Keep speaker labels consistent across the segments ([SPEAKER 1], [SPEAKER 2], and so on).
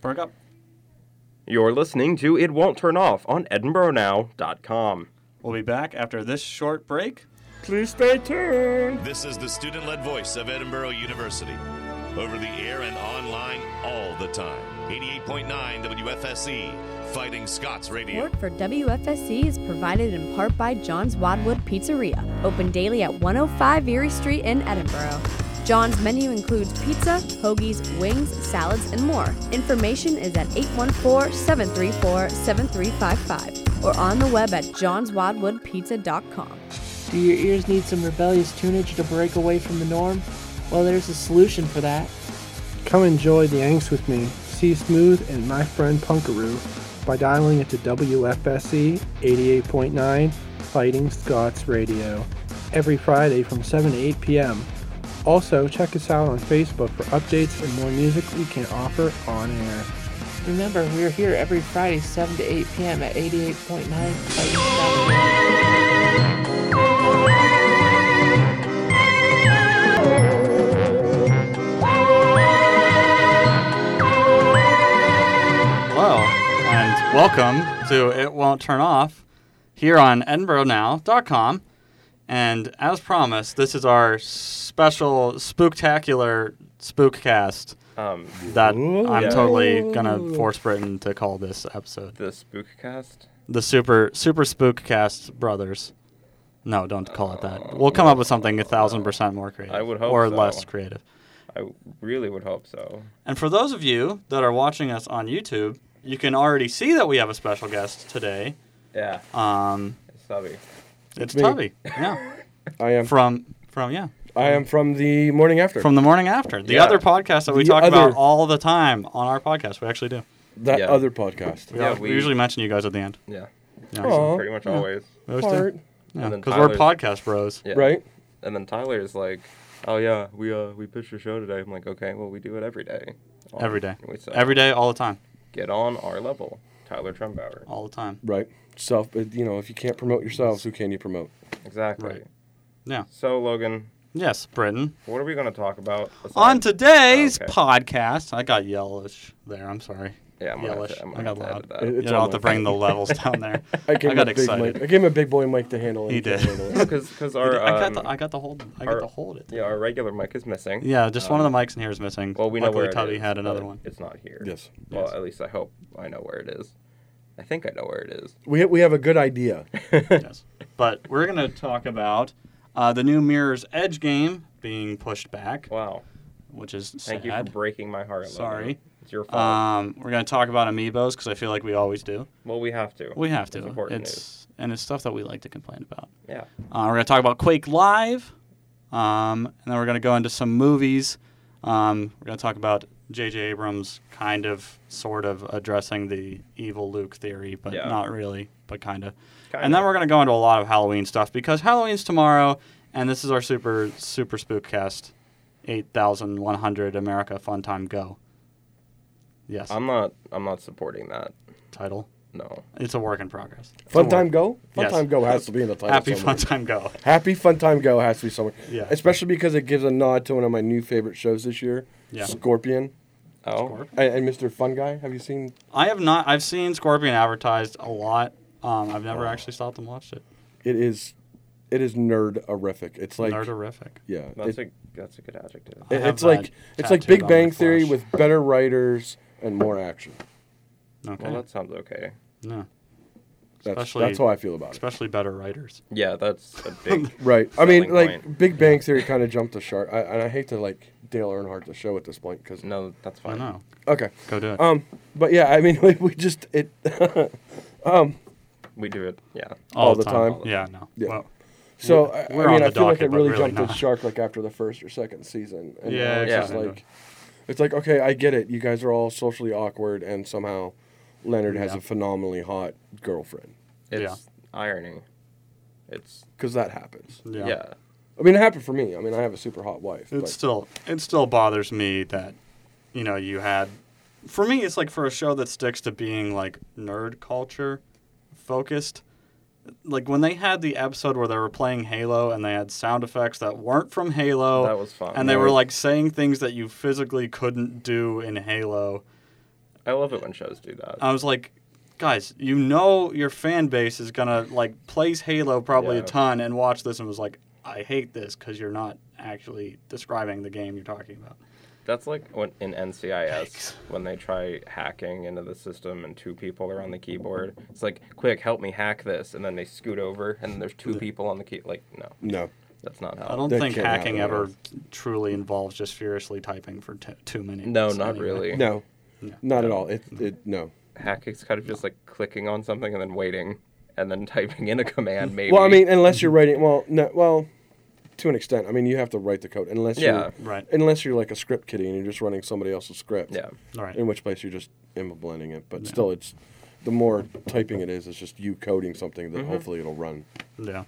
[SPEAKER 1] Perk up.
[SPEAKER 2] You're listening to It Won't Turn Off on EdinburghNow.com.
[SPEAKER 1] We'll be back after this short break.
[SPEAKER 2] Please stay tuned.
[SPEAKER 3] This is the student led voice of Edinburgh University. Over the air and online all the time. 88.9 WFSE, E, Fighting Scots Radio.
[SPEAKER 4] Support for WFSC is provided in part by John's Wadwood Pizzeria, open daily at 105 Erie Street in Edinburgh. John's menu includes pizza, hoagies, wings, salads, and more. Information is at 814 734 7355 or on the web at johnswadwoodpizza.com.
[SPEAKER 5] Do your ears need some rebellious tunage to break away from the norm? Well, there's a solution for that.
[SPEAKER 6] Come enjoy the angst with me, see Smooth and my friend Punkaroo by dialing into WFSC 88.9 Fighting Scots Radio every Friday from 7 to 8 p.m. Also, check us out on Facebook for updates and more music we can offer on air.
[SPEAKER 5] Remember, we're here every Friday, 7 to 8 p.m. at 88.9 Fighting Scots.
[SPEAKER 1] Hello, and welcome to It Won't Turn Off here on EdinburghNow.com. And as promised, this is our special spooktacular spookcast
[SPEAKER 2] Um,
[SPEAKER 1] that I'm
[SPEAKER 2] yeah.
[SPEAKER 1] totally gonna force Britain to call this episode
[SPEAKER 2] the Spookcast?
[SPEAKER 1] the super super spookcast brothers. No, don't call it that. We'll come up with something a thousand percent more creative,
[SPEAKER 2] I would hope
[SPEAKER 1] or
[SPEAKER 2] so.
[SPEAKER 1] less creative.
[SPEAKER 2] I really would hope so.
[SPEAKER 1] And for those of you that are watching us on YouTube, you can already see that we have a special guest today.
[SPEAKER 2] Yeah,
[SPEAKER 1] Um,
[SPEAKER 2] it's Tubby.
[SPEAKER 1] it's
[SPEAKER 7] me.
[SPEAKER 1] Tubby. Yeah.
[SPEAKER 7] I am.
[SPEAKER 1] From from yeah.
[SPEAKER 7] I am from the morning after.
[SPEAKER 1] From the morning after. The
[SPEAKER 2] Yeah.
[SPEAKER 1] other podcast that we
[SPEAKER 7] The
[SPEAKER 1] talk about
[SPEAKER 7] other-
[SPEAKER 1] all the time on our podcast. We actually do.
[SPEAKER 7] that
[SPEAKER 2] Yeah.
[SPEAKER 7] other podcast.
[SPEAKER 1] We,
[SPEAKER 2] Yeah,
[SPEAKER 1] al- we
[SPEAKER 2] we-
[SPEAKER 1] usually mention you guys at the end.
[SPEAKER 2] Yeah,
[SPEAKER 1] Yeah,
[SPEAKER 7] Aw.
[SPEAKER 2] pretty much always.
[SPEAKER 1] we always do.
[SPEAKER 7] Fart.
[SPEAKER 1] Yeah,
[SPEAKER 2] And then
[SPEAKER 1] because we're
[SPEAKER 2] Tyler's-
[SPEAKER 1] podcast bros.
[SPEAKER 2] Yeah.
[SPEAKER 7] Right?
[SPEAKER 2] And then Tyler is like, "Oh yeah, we uh we pitched a show today." I'm like, "Okay, well we do it every day. All-
[SPEAKER 1] Every day.
[SPEAKER 2] We say,
[SPEAKER 1] Every day, all the time.
[SPEAKER 2] get on our level, Tyler Trumbauer.
[SPEAKER 1] All the time.
[SPEAKER 7] Right. Self, but, you know, if you can't promote yourselves, who can you promote?
[SPEAKER 2] Exactly.
[SPEAKER 1] Right. Yeah.
[SPEAKER 2] So Logan,
[SPEAKER 1] Yes, Britain.
[SPEAKER 2] what are we gonna talk about?
[SPEAKER 1] On
[SPEAKER 2] besides-
[SPEAKER 1] today's
[SPEAKER 2] Okay.
[SPEAKER 1] podcast, I got yellish there. I'm sorry.
[SPEAKER 2] Yeah, I'm gonna have
[SPEAKER 1] yellish.
[SPEAKER 2] to- I'm
[SPEAKER 1] I
[SPEAKER 2] gonna
[SPEAKER 1] got
[SPEAKER 2] have to
[SPEAKER 1] loud.
[SPEAKER 2] edit that.
[SPEAKER 7] It-
[SPEAKER 1] You
[SPEAKER 7] it's
[SPEAKER 1] don't
[SPEAKER 7] all
[SPEAKER 1] have to
[SPEAKER 7] mine.
[SPEAKER 1] bring the levels down there. I,
[SPEAKER 7] gave him
[SPEAKER 1] got
[SPEAKER 7] a big
[SPEAKER 1] excited.
[SPEAKER 7] Mic. I gave him a big boy mic to handle. it.
[SPEAKER 1] He did.
[SPEAKER 7] couldn't handle it.
[SPEAKER 2] because because our
[SPEAKER 1] I got
[SPEAKER 2] um,
[SPEAKER 1] the I got the hold I got
[SPEAKER 2] our-
[SPEAKER 1] the hold it.
[SPEAKER 2] yeah our regular mic is missing.
[SPEAKER 1] Yeah, just one
[SPEAKER 2] Um,
[SPEAKER 1] of the mics in here is missing.
[SPEAKER 2] Well, we know
[SPEAKER 1] Luckily,
[SPEAKER 2] where it
[SPEAKER 1] Tubby
[SPEAKER 2] is,
[SPEAKER 1] had another
[SPEAKER 2] but
[SPEAKER 1] one.
[SPEAKER 2] It's not here.
[SPEAKER 7] Yes.
[SPEAKER 2] Well,
[SPEAKER 1] Yes.
[SPEAKER 2] at least I hope I know where it is. I think I know where it is.
[SPEAKER 7] We, we have a good idea.
[SPEAKER 1] yes. But we're going to talk about uh, the new Mirror's Edge game being pushed back,
[SPEAKER 2] Wow.
[SPEAKER 1] which is sad.
[SPEAKER 2] Thank you for breaking my heart. Logan.
[SPEAKER 1] Sorry.
[SPEAKER 2] It's your fault.
[SPEAKER 1] um, we're going to talk about amiibos because I feel like we always do.
[SPEAKER 2] well, we have to.
[SPEAKER 1] We have to.
[SPEAKER 2] It's important news.
[SPEAKER 1] It's- and it's stuff that we like to complain about.
[SPEAKER 2] Yeah.
[SPEAKER 1] Uh, we're going to talk about Quake Live, um, and then we're going to go into some movies. Um, we're going to talk about J.J. Abrams kind of, sort of addressing the evil Luke theory, but
[SPEAKER 2] Yeah.
[SPEAKER 1] not really, but kind of. And
[SPEAKER 2] Kinda.
[SPEAKER 1] then we're going to go into a lot of Halloween stuff because Halloween's tomorrow, and this is our super, super spookcast 8100 America Fun Time Go. Yes,
[SPEAKER 2] I'm not. I'm not supporting that.
[SPEAKER 1] title.
[SPEAKER 2] No.
[SPEAKER 1] It's a work in progress. It's a
[SPEAKER 7] Fun
[SPEAKER 1] work-
[SPEAKER 7] Time Go? Fun
[SPEAKER 1] Yes.
[SPEAKER 7] Time Go has to be in the title.
[SPEAKER 1] Happy
[SPEAKER 7] somewhere.
[SPEAKER 1] Fun Time Go.
[SPEAKER 7] Happy Fun Time Go has to be somewhere.
[SPEAKER 1] Yeah.
[SPEAKER 7] Especially because it gives a nod to one of my new favorite shows this year
[SPEAKER 1] Yeah.
[SPEAKER 7] Scorpion.
[SPEAKER 2] Oh.
[SPEAKER 7] And, and Mr. Fun Guy. Have you seen
[SPEAKER 1] I have not. I've seen Scorpion advertised a lot. Um, I've never actually stopped and watched it.
[SPEAKER 7] It is, it is nerd horrific. It's like
[SPEAKER 1] Nerderific.
[SPEAKER 7] yeah,
[SPEAKER 2] That's
[SPEAKER 7] it-
[SPEAKER 2] a that's a good adjective.
[SPEAKER 1] I
[SPEAKER 7] it-
[SPEAKER 1] have
[SPEAKER 7] it's like
[SPEAKER 1] that
[SPEAKER 7] it's like
[SPEAKER 1] tattooed
[SPEAKER 7] Big
[SPEAKER 1] on my
[SPEAKER 7] Bang Theory
[SPEAKER 1] flesh.
[SPEAKER 7] with better writers and more action.
[SPEAKER 1] Okay.
[SPEAKER 2] Well, that sounds okay.
[SPEAKER 1] no.
[SPEAKER 7] That's
[SPEAKER 1] Especially-
[SPEAKER 7] that's how I feel about it.
[SPEAKER 1] Especially better writers.
[SPEAKER 2] Yeah, that's a big.
[SPEAKER 7] Right. I mean,
[SPEAKER 2] Selling
[SPEAKER 7] like
[SPEAKER 2] point.
[SPEAKER 7] Big Bang Theory kind of jumped the shark, I, and I hate to like Dale Earnhardt the show at this point because
[SPEAKER 2] no, that's
[SPEAKER 1] I
[SPEAKER 2] fine.
[SPEAKER 1] know.
[SPEAKER 7] okay,
[SPEAKER 1] Go do it.
[SPEAKER 7] um, but yeah, I mean, like, we just it
[SPEAKER 2] We do it. Yeah.
[SPEAKER 7] all the time.
[SPEAKER 1] Yeah. No.
[SPEAKER 7] Yeah.
[SPEAKER 1] Well,
[SPEAKER 7] so
[SPEAKER 1] We're-
[SPEAKER 7] I, I
[SPEAKER 1] we're on
[SPEAKER 7] mean, I
[SPEAKER 1] the
[SPEAKER 7] feel like
[SPEAKER 1] docket,
[SPEAKER 7] it
[SPEAKER 1] but
[SPEAKER 7] really,
[SPEAKER 1] really
[SPEAKER 7] jumped the
[SPEAKER 1] not.
[SPEAKER 7] shark like after the first or second season. And
[SPEAKER 1] Yeah,
[SPEAKER 7] now it's
[SPEAKER 2] yeah.
[SPEAKER 7] just
[SPEAKER 1] kinda.
[SPEAKER 7] like it's like okay, I get it. You guys are all socially awkward, and somehow Leonard has
[SPEAKER 1] Yeah.
[SPEAKER 7] a phenomenally hot girlfriend.
[SPEAKER 2] It's irony. It's
[SPEAKER 7] because that happens.
[SPEAKER 1] yeah.
[SPEAKER 2] yeah.
[SPEAKER 7] I mean, it happened for me. I mean, I have a super hot wife.
[SPEAKER 1] It
[SPEAKER 7] but
[SPEAKER 1] still it still bothers me that you know you had. For me, it's like for a show that sticks to being like nerd culture focused. Like when they had the episode where they were playing Halo and they had sound effects that weren't from Halo.
[SPEAKER 2] That was fun.
[SPEAKER 1] And they were
[SPEAKER 2] Right.
[SPEAKER 1] like saying things that you physically couldn't do in Halo.
[SPEAKER 2] I love it when shows do that.
[SPEAKER 1] I was like, guys, you know your fan base is gonna like plays Halo probably
[SPEAKER 2] Yeah.
[SPEAKER 1] a ton and watch this and was like, I hate this because you're not actually describing the game you're talking about.
[SPEAKER 2] That's like when, in NCIS
[SPEAKER 1] Yikes.
[SPEAKER 2] when they try hacking into the system and two people are on the keyboard. It's like, quick, help me hack this, and then they scoot over and there's two people on the key. Like, no,
[SPEAKER 7] No.
[SPEAKER 2] that's not how.
[SPEAKER 1] I don't
[SPEAKER 7] That
[SPEAKER 1] think
[SPEAKER 7] can't happen
[SPEAKER 1] hacking
[SPEAKER 7] at
[SPEAKER 1] ever
[SPEAKER 7] all.
[SPEAKER 1] truly involves just furiously typing for t- two minutes.
[SPEAKER 2] No, not
[SPEAKER 1] anyway.
[SPEAKER 2] really.
[SPEAKER 7] No. Not at all. It, it no.
[SPEAKER 2] Hacking's kind of just like clicking on something and then waiting and then typing in a command. Maybe.
[SPEAKER 7] Well, I mean, unless you're writing, well, no, well, to an extent. I mean, you have to write the code unless
[SPEAKER 2] Yeah.
[SPEAKER 7] you're
[SPEAKER 1] Right.
[SPEAKER 7] unless you're like a script kiddie and you're just running somebody else's script.
[SPEAKER 2] Yeah.
[SPEAKER 1] Right.
[SPEAKER 7] In which place you're just blending it, but still, it's the more typing it is, it's just you coding something
[SPEAKER 2] Mm-hmm.
[SPEAKER 7] that hopefully it'll run.
[SPEAKER 1] Yeah.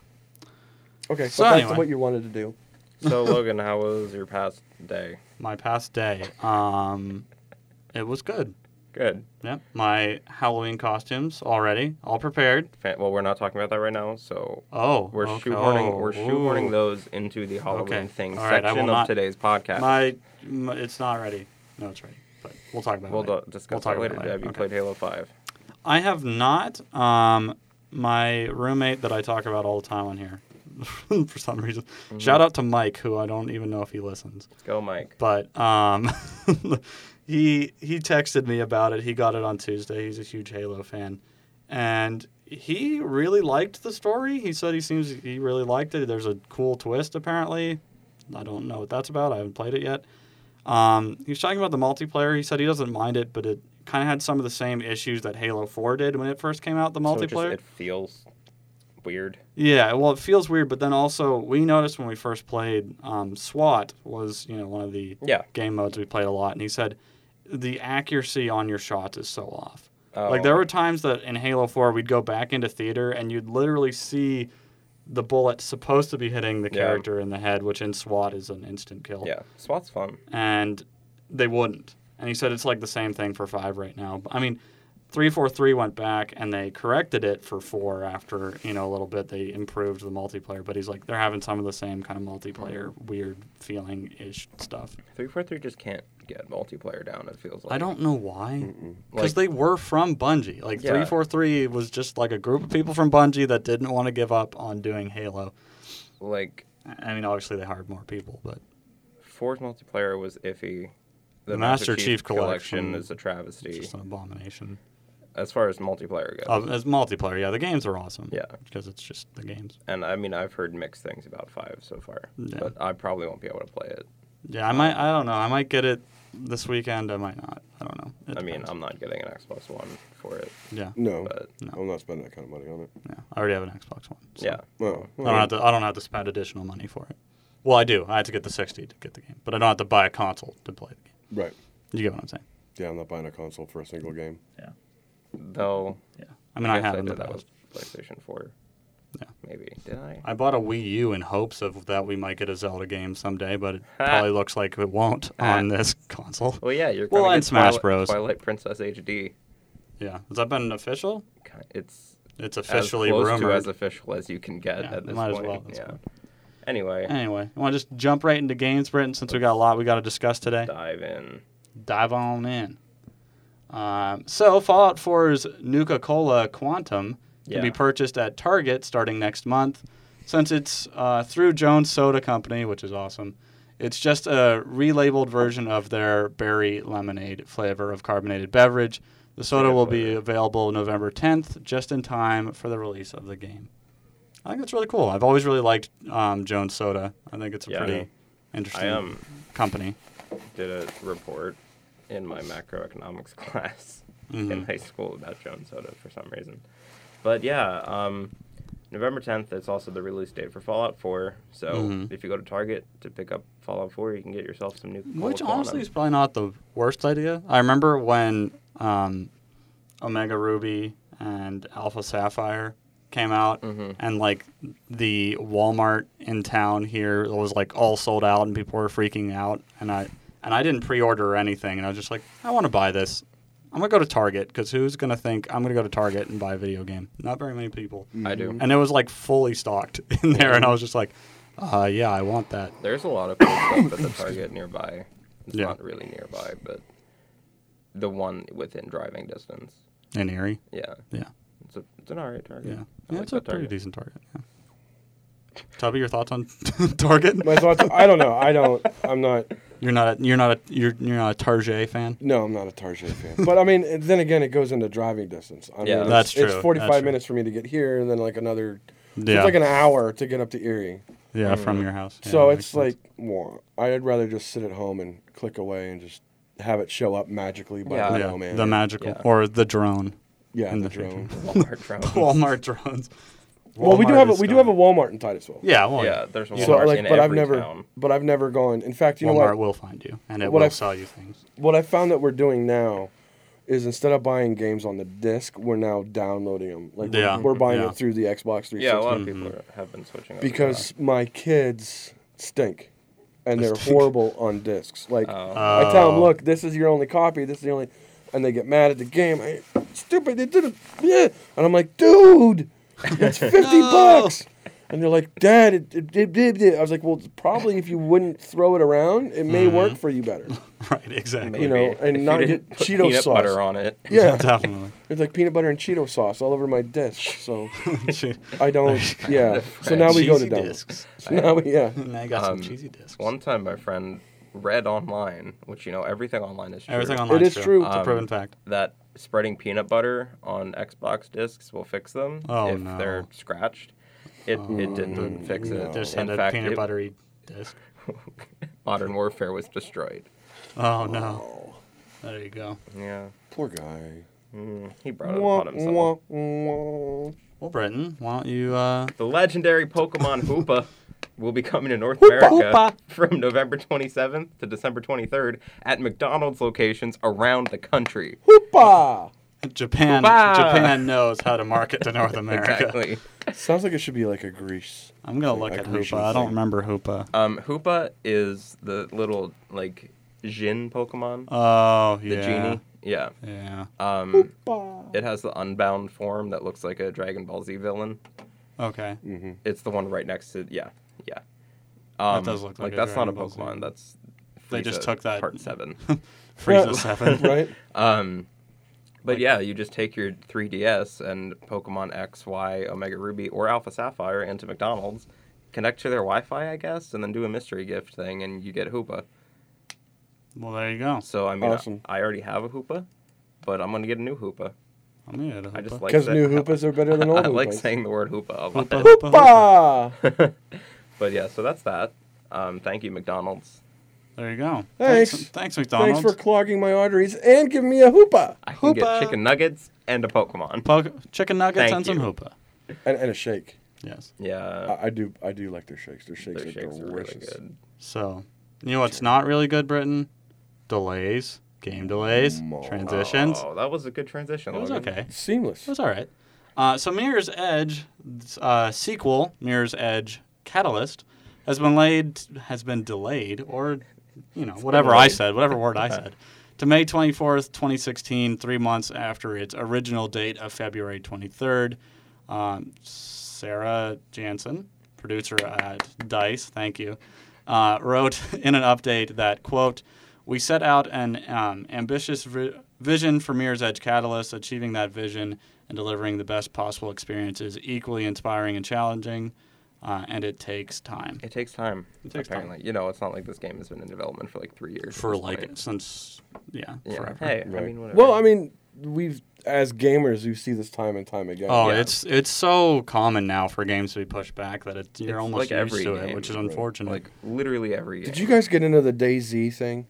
[SPEAKER 7] Okay,
[SPEAKER 1] So
[SPEAKER 7] so back
[SPEAKER 1] anyway.
[SPEAKER 7] to what you wanted to do.
[SPEAKER 2] so Logan, how was your past day?
[SPEAKER 1] My past day, um, it was good.
[SPEAKER 2] Good.
[SPEAKER 1] Yeah. My Halloween costumes already all prepared.
[SPEAKER 2] Fan- well, we're not talking about that right now, so
[SPEAKER 1] Oh,
[SPEAKER 2] we're
[SPEAKER 1] okay.
[SPEAKER 2] shoehorning
[SPEAKER 1] Oh,
[SPEAKER 2] we're shoehorning
[SPEAKER 1] ooh.
[SPEAKER 2] those into the Halloween
[SPEAKER 1] Okay.
[SPEAKER 2] thing
[SPEAKER 1] All right, I
[SPEAKER 2] section of
[SPEAKER 1] will not-
[SPEAKER 2] today's podcast.
[SPEAKER 1] My, my, it's not ready. No, it's ready. But we'll talk about
[SPEAKER 2] We'll
[SPEAKER 1] it. later.
[SPEAKER 2] do- discuss
[SPEAKER 1] We'll
[SPEAKER 2] that
[SPEAKER 1] talk
[SPEAKER 2] later.
[SPEAKER 1] about it
[SPEAKER 2] Have you
[SPEAKER 1] Okay.
[SPEAKER 2] played Halo Five?
[SPEAKER 1] I have not. Um, my roommate that I talk about all the time on here, for some reason.
[SPEAKER 2] Mm-hmm.
[SPEAKER 1] Shout out to Mike, who I don't even know if he listens.
[SPEAKER 2] Go, Mike.
[SPEAKER 1] But um, he he texted me about it. He got it on Tuesday. He's a huge Halo fan, and he really liked the story. He said he seems he really liked it. There's a cool twist apparently. I don't know what that's about. I haven't played it yet. Um, he was talking about the multiplayer. He said he doesn't mind it, but it kind of had some of the same issues that Halo Four did when it first came out. The
[SPEAKER 2] So it,
[SPEAKER 1] multiplayer.
[SPEAKER 2] just, it feels weird.
[SPEAKER 1] Yeah, well, it feels weird, but then also we noticed when we first played um, SWAT was you know one of the
[SPEAKER 2] Yeah.
[SPEAKER 1] game modes we played a lot, and he said the accuracy on your shots is so off. Like
[SPEAKER 2] Oh.
[SPEAKER 1] there were times that in Halo Four we'd go back into theater and you'd literally see the bullet supposed to be hitting the
[SPEAKER 2] Yeah.
[SPEAKER 1] character in the head, which in SWAT is an instant kill
[SPEAKER 2] Yeah, SWAT's fun.
[SPEAKER 1] and they wouldn't. And he said it's like the same thing for five right now. I mean, three four three went back and they corrected it for four after you know a little bit. They improved the multiplayer, but he's like they're having some of the same kind of multiplayer weird feeling ish stuff.
[SPEAKER 2] Three four three just can't get multiplayer down. It feels like
[SPEAKER 1] I don't know why,
[SPEAKER 2] Like-
[SPEAKER 1] because they were from Bungie. Like
[SPEAKER 2] Yeah.
[SPEAKER 1] three four three was just like a group of people from Bungie that didn't want to give up on doing Halo.
[SPEAKER 2] like
[SPEAKER 1] I- I mean, obviously they hired more people, but
[SPEAKER 2] four's multiplayer was iffy.
[SPEAKER 1] The Master Chief Collection
[SPEAKER 2] is a
[SPEAKER 1] it's
[SPEAKER 2] travesty
[SPEAKER 1] just an abomination.
[SPEAKER 2] as far as multiplayer goes.
[SPEAKER 1] Uh, as multiplayer, yeah, the games are awesome.
[SPEAKER 2] Yeah.
[SPEAKER 1] because it's just the games.
[SPEAKER 2] and I mean, I've heard mixed things about five so far,
[SPEAKER 1] Yeah.
[SPEAKER 2] but I probably won't be able to play it.
[SPEAKER 1] Yeah, I might. I don't know. I might get it this weekend. I might not. I don't know. It
[SPEAKER 2] I mean,
[SPEAKER 1] depends.
[SPEAKER 2] I'm not getting an Xbox One for it.
[SPEAKER 1] yeah,
[SPEAKER 7] No,
[SPEAKER 2] But-
[SPEAKER 7] I'm not spending that kind of money on it.
[SPEAKER 1] yeah. I already have an Xbox One. so
[SPEAKER 2] Yeah,
[SPEAKER 7] Well,
[SPEAKER 1] I don't have to. I don't have to spend additional money for it. Well, I do. I have to get the sixty to get the game, but I don't have to buy a console to play the game.
[SPEAKER 7] right.
[SPEAKER 1] You get what I'm saying?
[SPEAKER 7] Yeah, I'm not buying a console for a single game.
[SPEAKER 1] Yeah.
[SPEAKER 2] though.
[SPEAKER 1] Yeah. I mean, I,
[SPEAKER 2] guess
[SPEAKER 1] have in the
[SPEAKER 2] did that with
[SPEAKER 1] past.
[SPEAKER 2] PlayStation Four.
[SPEAKER 1] Yeah.
[SPEAKER 2] Maybe did I?
[SPEAKER 1] I bought a Wii U in hopes of that we might get a Zelda game someday, but it probably looks like it won't on this console.
[SPEAKER 2] Well, yeah, you're.
[SPEAKER 1] Well,
[SPEAKER 2] gonna
[SPEAKER 1] and
[SPEAKER 2] get
[SPEAKER 1] Smash
[SPEAKER 2] Twilight,
[SPEAKER 1] Bros.
[SPEAKER 2] Twilight Princess HD.
[SPEAKER 1] Yeah, has that been official?
[SPEAKER 2] Ki- It's
[SPEAKER 1] It's
[SPEAKER 2] as
[SPEAKER 1] officially
[SPEAKER 2] close
[SPEAKER 1] rumored.
[SPEAKER 2] to as official as you can get
[SPEAKER 1] Yeah,
[SPEAKER 2] at this
[SPEAKER 1] might as
[SPEAKER 2] point.
[SPEAKER 1] well at this
[SPEAKER 2] yeah.
[SPEAKER 1] point.
[SPEAKER 2] Anyway,
[SPEAKER 1] Anyway, I want to just jump right into games, Britton, since we got a lot we got to discuss today.
[SPEAKER 2] dive in.
[SPEAKER 1] Dive on in. Um, so, Fallout 4's Nuka Cola Quantum can be
[SPEAKER 2] Yeah.
[SPEAKER 1] purchased at Target starting next month. Since it's uh, through Jones Soda Company, which is awesome, it's just a relabeled version of their berry lemonade flavor of carbonated beverage. The soda
[SPEAKER 2] Yeah,
[SPEAKER 1] will be
[SPEAKER 2] flavor.
[SPEAKER 1] available November 10th, just in time for the release of the game. I think that's really cool. I've always really liked um, Jones Soda. I think it's a
[SPEAKER 2] Yeah.
[SPEAKER 1] pretty interesting
[SPEAKER 2] I, um,
[SPEAKER 1] company.
[SPEAKER 2] Did a report in my macroeconomics class
[SPEAKER 1] Mm-hmm.
[SPEAKER 2] in high school about Jones Soda for some reason. But yeah, um, November 10th is also the release date for Fallout 4. So
[SPEAKER 1] Mm-hmm.
[SPEAKER 2] if you go to Target to pick up Fallout 4, you can get yourself some new.
[SPEAKER 1] Which
[SPEAKER 2] Cola
[SPEAKER 1] honestly
[SPEAKER 2] Quantum.
[SPEAKER 1] is probably not the worst idea. I remember when um, Omega Ruby and Alpha Sapphire came out,
[SPEAKER 2] Mm-hmm.
[SPEAKER 1] and like the Walmart in town here was like all sold out, and people were freaking out. And I and I didn't pre-order anything, and I was just like, I want to buy this. I'm gonna go to Target because who's gonna think I'm gonna go to Target and buy a video game? Not very many people.
[SPEAKER 2] I do.
[SPEAKER 1] And it was like fully stocked in there, and I was just like, uh, yeah, I want that.
[SPEAKER 2] There's a lot of cool stuff at the Target nearby. It's
[SPEAKER 1] Yeah.
[SPEAKER 2] not really nearby, but the one within driving distance.
[SPEAKER 1] And Erie.
[SPEAKER 2] Yeah,
[SPEAKER 1] Yeah.
[SPEAKER 2] it's, a, it's an alright target.
[SPEAKER 1] Yeah.
[SPEAKER 2] I
[SPEAKER 1] yeah
[SPEAKER 2] like
[SPEAKER 1] it's a
[SPEAKER 2] that
[SPEAKER 1] pretty
[SPEAKER 2] target.
[SPEAKER 1] decent target. Yeah. Tubby, your thoughts on Target?
[SPEAKER 7] My thoughts. I don't know. I don't. I'm not.
[SPEAKER 1] You're not a, you're not a you're you're not a Target fan.
[SPEAKER 7] No, I'm not a Target fan. But I mean, and then again, it goes into driving distance. I
[SPEAKER 2] Yeah.
[SPEAKER 7] mean,
[SPEAKER 1] That's
[SPEAKER 7] it's,
[SPEAKER 1] true.
[SPEAKER 7] It's 45
[SPEAKER 1] That's true.
[SPEAKER 7] minutes for me to get here, and then like another.
[SPEAKER 1] Yeah.
[SPEAKER 7] It's like an hour to get up to Erie.
[SPEAKER 1] Yeah, from your house. Yeah,
[SPEAKER 7] so
[SPEAKER 1] that
[SPEAKER 7] it's like,
[SPEAKER 1] makes sense.
[SPEAKER 7] wah. I'd rather just sit at home and click away and just have it show up magically by
[SPEAKER 2] Yeah.
[SPEAKER 7] the
[SPEAKER 2] Yeah,
[SPEAKER 7] mailman.
[SPEAKER 1] the magical
[SPEAKER 2] Yeah.
[SPEAKER 1] or the drone.
[SPEAKER 7] yeah,
[SPEAKER 1] in
[SPEAKER 7] the
[SPEAKER 1] the future.
[SPEAKER 7] drone.
[SPEAKER 2] Walmart drones.
[SPEAKER 1] Walmart drones.
[SPEAKER 7] Well, we do
[SPEAKER 1] Walmart
[SPEAKER 7] have a,
[SPEAKER 1] is
[SPEAKER 7] we do
[SPEAKER 1] gone.
[SPEAKER 7] have a Walmart in Titusville.
[SPEAKER 1] Yeah, well,
[SPEAKER 2] Yeah, there's a Walmart
[SPEAKER 7] So like,
[SPEAKER 2] in
[SPEAKER 7] but
[SPEAKER 2] every
[SPEAKER 7] I've never,
[SPEAKER 2] town.
[SPEAKER 7] but I've never gone. In fact, you know
[SPEAKER 1] Walmart
[SPEAKER 7] what?
[SPEAKER 1] will find you and it
[SPEAKER 7] What
[SPEAKER 1] will
[SPEAKER 7] I've-
[SPEAKER 1] sell you things.
[SPEAKER 7] what I found that we're doing now is instead of buying games on the disc, we're now downloading them. Like we're-
[SPEAKER 1] Yeah,
[SPEAKER 7] we're, buying
[SPEAKER 1] yeah.
[SPEAKER 7] it through the Xbox 360
[SPEAKER 2] Yeah, a lot of people are, have been switching. Over to
[SPEAKER 7] Mm-hmm. because
[SPEAKER 2] that.
[SPEAKER 7] my kids stink and
[SPEAKER 1] They
[SPEAKER 7] they're
[SPEAKER 1] stink.
[SPEAKER 7] horrible on discs. Like
[SPEAKER 2] Oh.
[SPEAKER 7] I tell them,
[SPEAKER 1] Oh.
[SPEAKER 7] look, this is your only copy. This is the only, and they get mad at the game. I, Stupid! They did it. Yeah, and I'm like, dude, it's fifty bucks. And they're like, Dad, it, it, it, it, it." I was like, well, probably if you wouldn't throw it around, it
[SPEAKER 1] Mm-hmm.
[SPEAKER 7] may work for you better.
[SPEAKER 1] Right, exactly.
[SPEAKER 2] Maybe.
[SPEAKER 7] know, and
[SPEAKER 2] If you
[SPEAKER 7] not
[SPEAKER 2] didn't
[SPEAKER 7] get
[SPEAKER 2] put
[SPEAKER 7] Cheeto
[SPEAKER 2] peanut
[SPEAKER 7] sauce.
[SPEAKER 2] butter on it.
[SPEAKER 7] Yeah,
[SPEAKER 1] Definitely.
[SPEAKER 7] It's like peanut butter and Cheeto sauce all over my disc. So
[SPEAKER 1] Che-
[SPEAKER 7] I don't. Yeah. So now we go to
[SPEAKER 1] cheesy
[SPEAKER 7] download.
[SPEAKER 1] discs.
[SPEAKER 7] So now we yeah.
[SPEAKER 1] And I got
[SPEAKER 2] Um,
[SPEAKER 1] some cheesy discs.
[SPEAKER 2] One time, my friend read online, which you know everything online is true.
[SPEAKER 1] Everything
[SPEAKER 2] online.
[SPEAKER 1] online
[SPEAKER 7] It is true.
[SPEAKER 1] It's a proven fact.
[SPEAKER 2] that spreading peanut butter on Xbox discs will fix them
[SPEAKER 1] Oh,
[SPEAKER 2] if
[SPEAKER 1] no. Oh,
[SPEAKER 2] they're scratched. It, it didn't fix it.
[SPEAKER 1] Just
[SPEAKER 2] In
[SPEAKER 1] had a
[SPEAKER 2] fact,
[SPEAKER 1] peanut
[SPEAKER 2] it-
[SPEAKER 1] buttery disc.
[SPEAKER 2] Modern Warfare was destroyed.
[SPEAKER 1] Oh no. There you go.
[SPEAKER 2] Yeah,
[SPEAKER 7] Poor guy.
[SPEAKER 2] he brought it
[SPEAKER 7] Wah,
[SPEAKER 2] upon
[SPEAKER 7] wah,
[SPEAKER 2] himself.
[SPEAKER 7] wah.
[SPEAKER 1] Well, Brenton, why don't you? Uh,
[SPEAKER 2] The legendary Pokemon Hoopa will be coming to North America from November 27th to December 23rd at McDonald's locations around the country.
[SPEAKER 7] Hoopa!
[SPEAKER 1] Japan.
[SPEAKER 2] Hoopa!
[SPEAKER 1] Japan knows how to market to North America.
[SPEAKER 2] Exactly.
[SPEAKER 7] Sounds like it should be like a grease.
[SPEAKER 1] I'm gonna
[SPEAKER 7] Like
[SPEAKER 1] look at
[SPEAKER 7] Activision
[SPEAKER 1] Hoopa. I
[SPEAKER 7] thing.
[SPEAKER 1] don't remember Hoopa.
[SPEAKER 2] Um, Hoopa is the little like Jin Pokemon,
[SPEAKER 1] Oh
[SPEAKER 2] the
[SPEAKER 1] yeah.
[SPEAKER 2] genie. Yeah.
[SPEAKER 1] Yeah.
[SPEAKER 2] Um,
[SPEAKER 7] Hoopa.
[SPEAKER 2] It has the unbound form that looks like a Dragon Ball Z villain.
[SPEAKER 1] Okay.
[SPEAKER 2] Mm. It's the one right next to yeah, yeah. Um,
[SPEAKER 1] That does look like a
[SPEAKER 2] that's not a
[SPEAKER 1] Dragon Ball Z.
[SPEAKER 2] Pokemon. That's Frieza
[SPEAKER 1] They just took that-
[SPEAKER 2] part seven.
[SPEAKER 1] Frieza Seven.
[SPEAKER 7] Right?
[SPEAKER 2] um, but yeah, you just take your 3DS and Pokemon X, Y, Omega Ruby, or Alpha Sapphire into McDonald's, connect to their Wi-Fi, I guess, and then do a mystery gift thing, and you get Hoopa.
[SPEAKER 1] Well, there you go.
[SPEAKER 2] So I mean,
[SPEAKER 7] Awesome.
[SPEAKER 2] I, I already have a Hoopa, but I'm gonna get a new Hoopa.
[SPEAKER 1] I mean, it.
[SPEAKER 2] I just like
[SPEAKER 7] Because
[SPEAKER 2] that-
[SPEAKER 7] new hoopas are better than old
[SPEAKER 2] I
[SPEAKER 7] hoopas.
[SPEAKER 2] like saying the word Hoopa a lot.
[SPEAKER 1] Hoopa, Hoopa, Hoopa.
[SPEAKER 7] Hoopa!
[SPEAKER 2] But yeah, so that's that. Um, thank you, McDonald's.
[SPEAKER 1] There you go. Thanks,
[SPEAKER 7] Thanks.
[SPEAKER 1] thanks
[SPEAKER 7] Thanks
[SPEAKER 1] McDonald's.
[SPEAKER 7] for clogging my arteries and giving me a hoopa!
[SPEAKER 2] I can get
[SPEAKER 1] Hoopa.
[SPEAKER 2] chicken nuggets and a Pokemon.
[SPEAKER 1] Poke- chicken nuggets
[SPEAKER 2] Thank
[SPEAKER 1] and some
[SPEAKER 2] you.
[SPEAKER 1] Hoopa.
[SPEAKER 7] And, and a shake.
[SPEAKER 1] Yes.
[SPEAKER 2] yeah,
[SPEAKER 7] I, I do I do like their shakes. Their shakes
[SPEAKER 2] Oh. their
[SPEAKER 7] are
[SPEAKER 2] shakes are really
[SPEAKER 7] Uh, delicious.
[SPEAKER 2] good.
[SPEAKER 1] So, you know what's not really good, Britain? Delays, game delays,
[SPEAKER 7] Mo-
[SPEAKER 1] transitions.
[SPEAKER 2] Oh, that was a good transition.
[SPEAKER 1] It was
[SPEAKER 2] Logan.
[SPEAKER 1] okay.
[SPEAKER 7] Seamless.
[SPEAKER 1] It was all right. Uh, so, Mirror's Edge uh, sequel, Mirror's Edge Catalyst, has been laid, has been delayed, or you know, whatever I
[SPEAKER 2] delayed.
[SPEAKER 1] said, whatever word I said, to May 24th, 2016, three months after its original date of February 23rd. Um, Sarah Jansen, producer at Dice, thank you, uh, wrote in an update that, quote, we set out an um, ambitious vi- vision for Mirror's Edge Catalyst. Achieving that vision and delivering the best possible experience is equally inspiring and challenging, uh, and it takes time.
[SPEAKER 2] It takes time. It
[SPEAKER 1] takes
[SPEAKER 2] takes
[SPEAKER 1] time.
[SPEAKER 2] apparently. You know, it's not like this game has been in development for like three years. at
[SPEAKER 1] for
[SPEAKER 2] this
[SPEAKER 1] like
[SPEAKER 2] point.
[SPEAKER 1] since yeah,
[SPEAKER 2] yeah.
[SPEAKER 1] forever.
[SPEAKER 2] Hey, I
[SPEAKER 7] Right.
[SPEAKER 2] mean, whatever.
[SPEAKER 7] well, I mean, we've as gamers, you see this time and time again.
[SPEAKER 1] Oh,
[SPEAKER 2] Yeah.
[SPEAKER 1] it's it's so common now for games to be pushed back that it, you're
[SPEAKER 2] It's
[SPEAKER 1] almost
[SPEAKER 2] like
[SPEAKER 1] used
[SPEAKER 2] every
[SPEAKER 1] to it,
[SPEAKER 2] game,
[SPEAKER 1] which is
[SPEAKER 2] right.
[SPEAKER 1] unfortunate.
[SPEAKER 2] like literally every.
[SPEAKER 7] Did
[SPEAKER 2] game.
[SPEAKER 7] you guys get into the DayZ thing?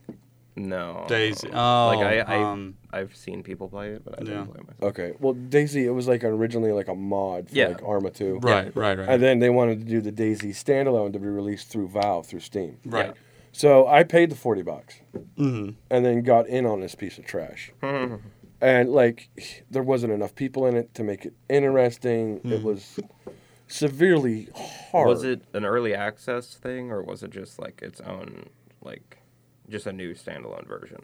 [SPEAKER 2] No.
[SPEAKER 1] Days-
[SPEAKER 2] like I,
[SPEAKER 1] oh,
[SPEAKER 2] I
[SPEAKER 1] um,
[SPEAKER 2] I've seen people play it, but I didn't
[SPEAKER 1] Yeah.
[SPEAKER 2] play it myself.
[SPEAKER 7] Okay. Well, DayZ, it was like originally like a mod for
[SPEAKER 2] Yeah.
[SPEAKER 7] like Arma 2.
[SPEAKER 1] right, right, right,
[SPEAKER 7] And then they wanted to do the DayZ standalone to be released through Valve through Steam.
[SPEAKER 1] right.
[SPEAKER 7] So I paid the 40 bucks
[SPEAKER 1] Mm-hmm.
[SPEAKER 7] and then got in on this piece of trash. and like there wasn't enough people in it to make it interesting.
[SPEAKER 1] Mm-hmm.
[SPEAKER 7] It was severely hard.
[SPEAKER 2] Was it an early access thing, or was it just like its own, like, just a new standalone version?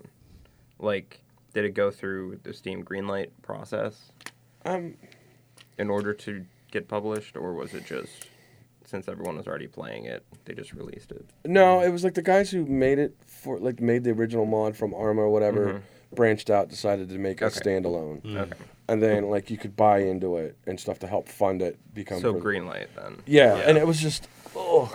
[SPEAKER 2] Like, did it go through the Steam greenlight process
[SPEAKER 7] Um,
[SPEAKER 2] in order to get published, or was it just since everyone was already playing it, they just released it?
[SPEAKER 7] no, it was like the guys who made it for like made the original mod from Arma or whatever branched out, decided to make a
[SPEAKER 2] Mm-hmm. Okay.
[SPEAKER 7] standalone,
[SPEAKER 2] Okay.
[SPEAKER 7] and then like you could buy into it and stuff to help fund it become.
[SPEAKER 2] So
[SPEAKER 7] pro-
[SPEAKER 2] green light then.
[SPEAKER 7] Yeah, and it was just ugh,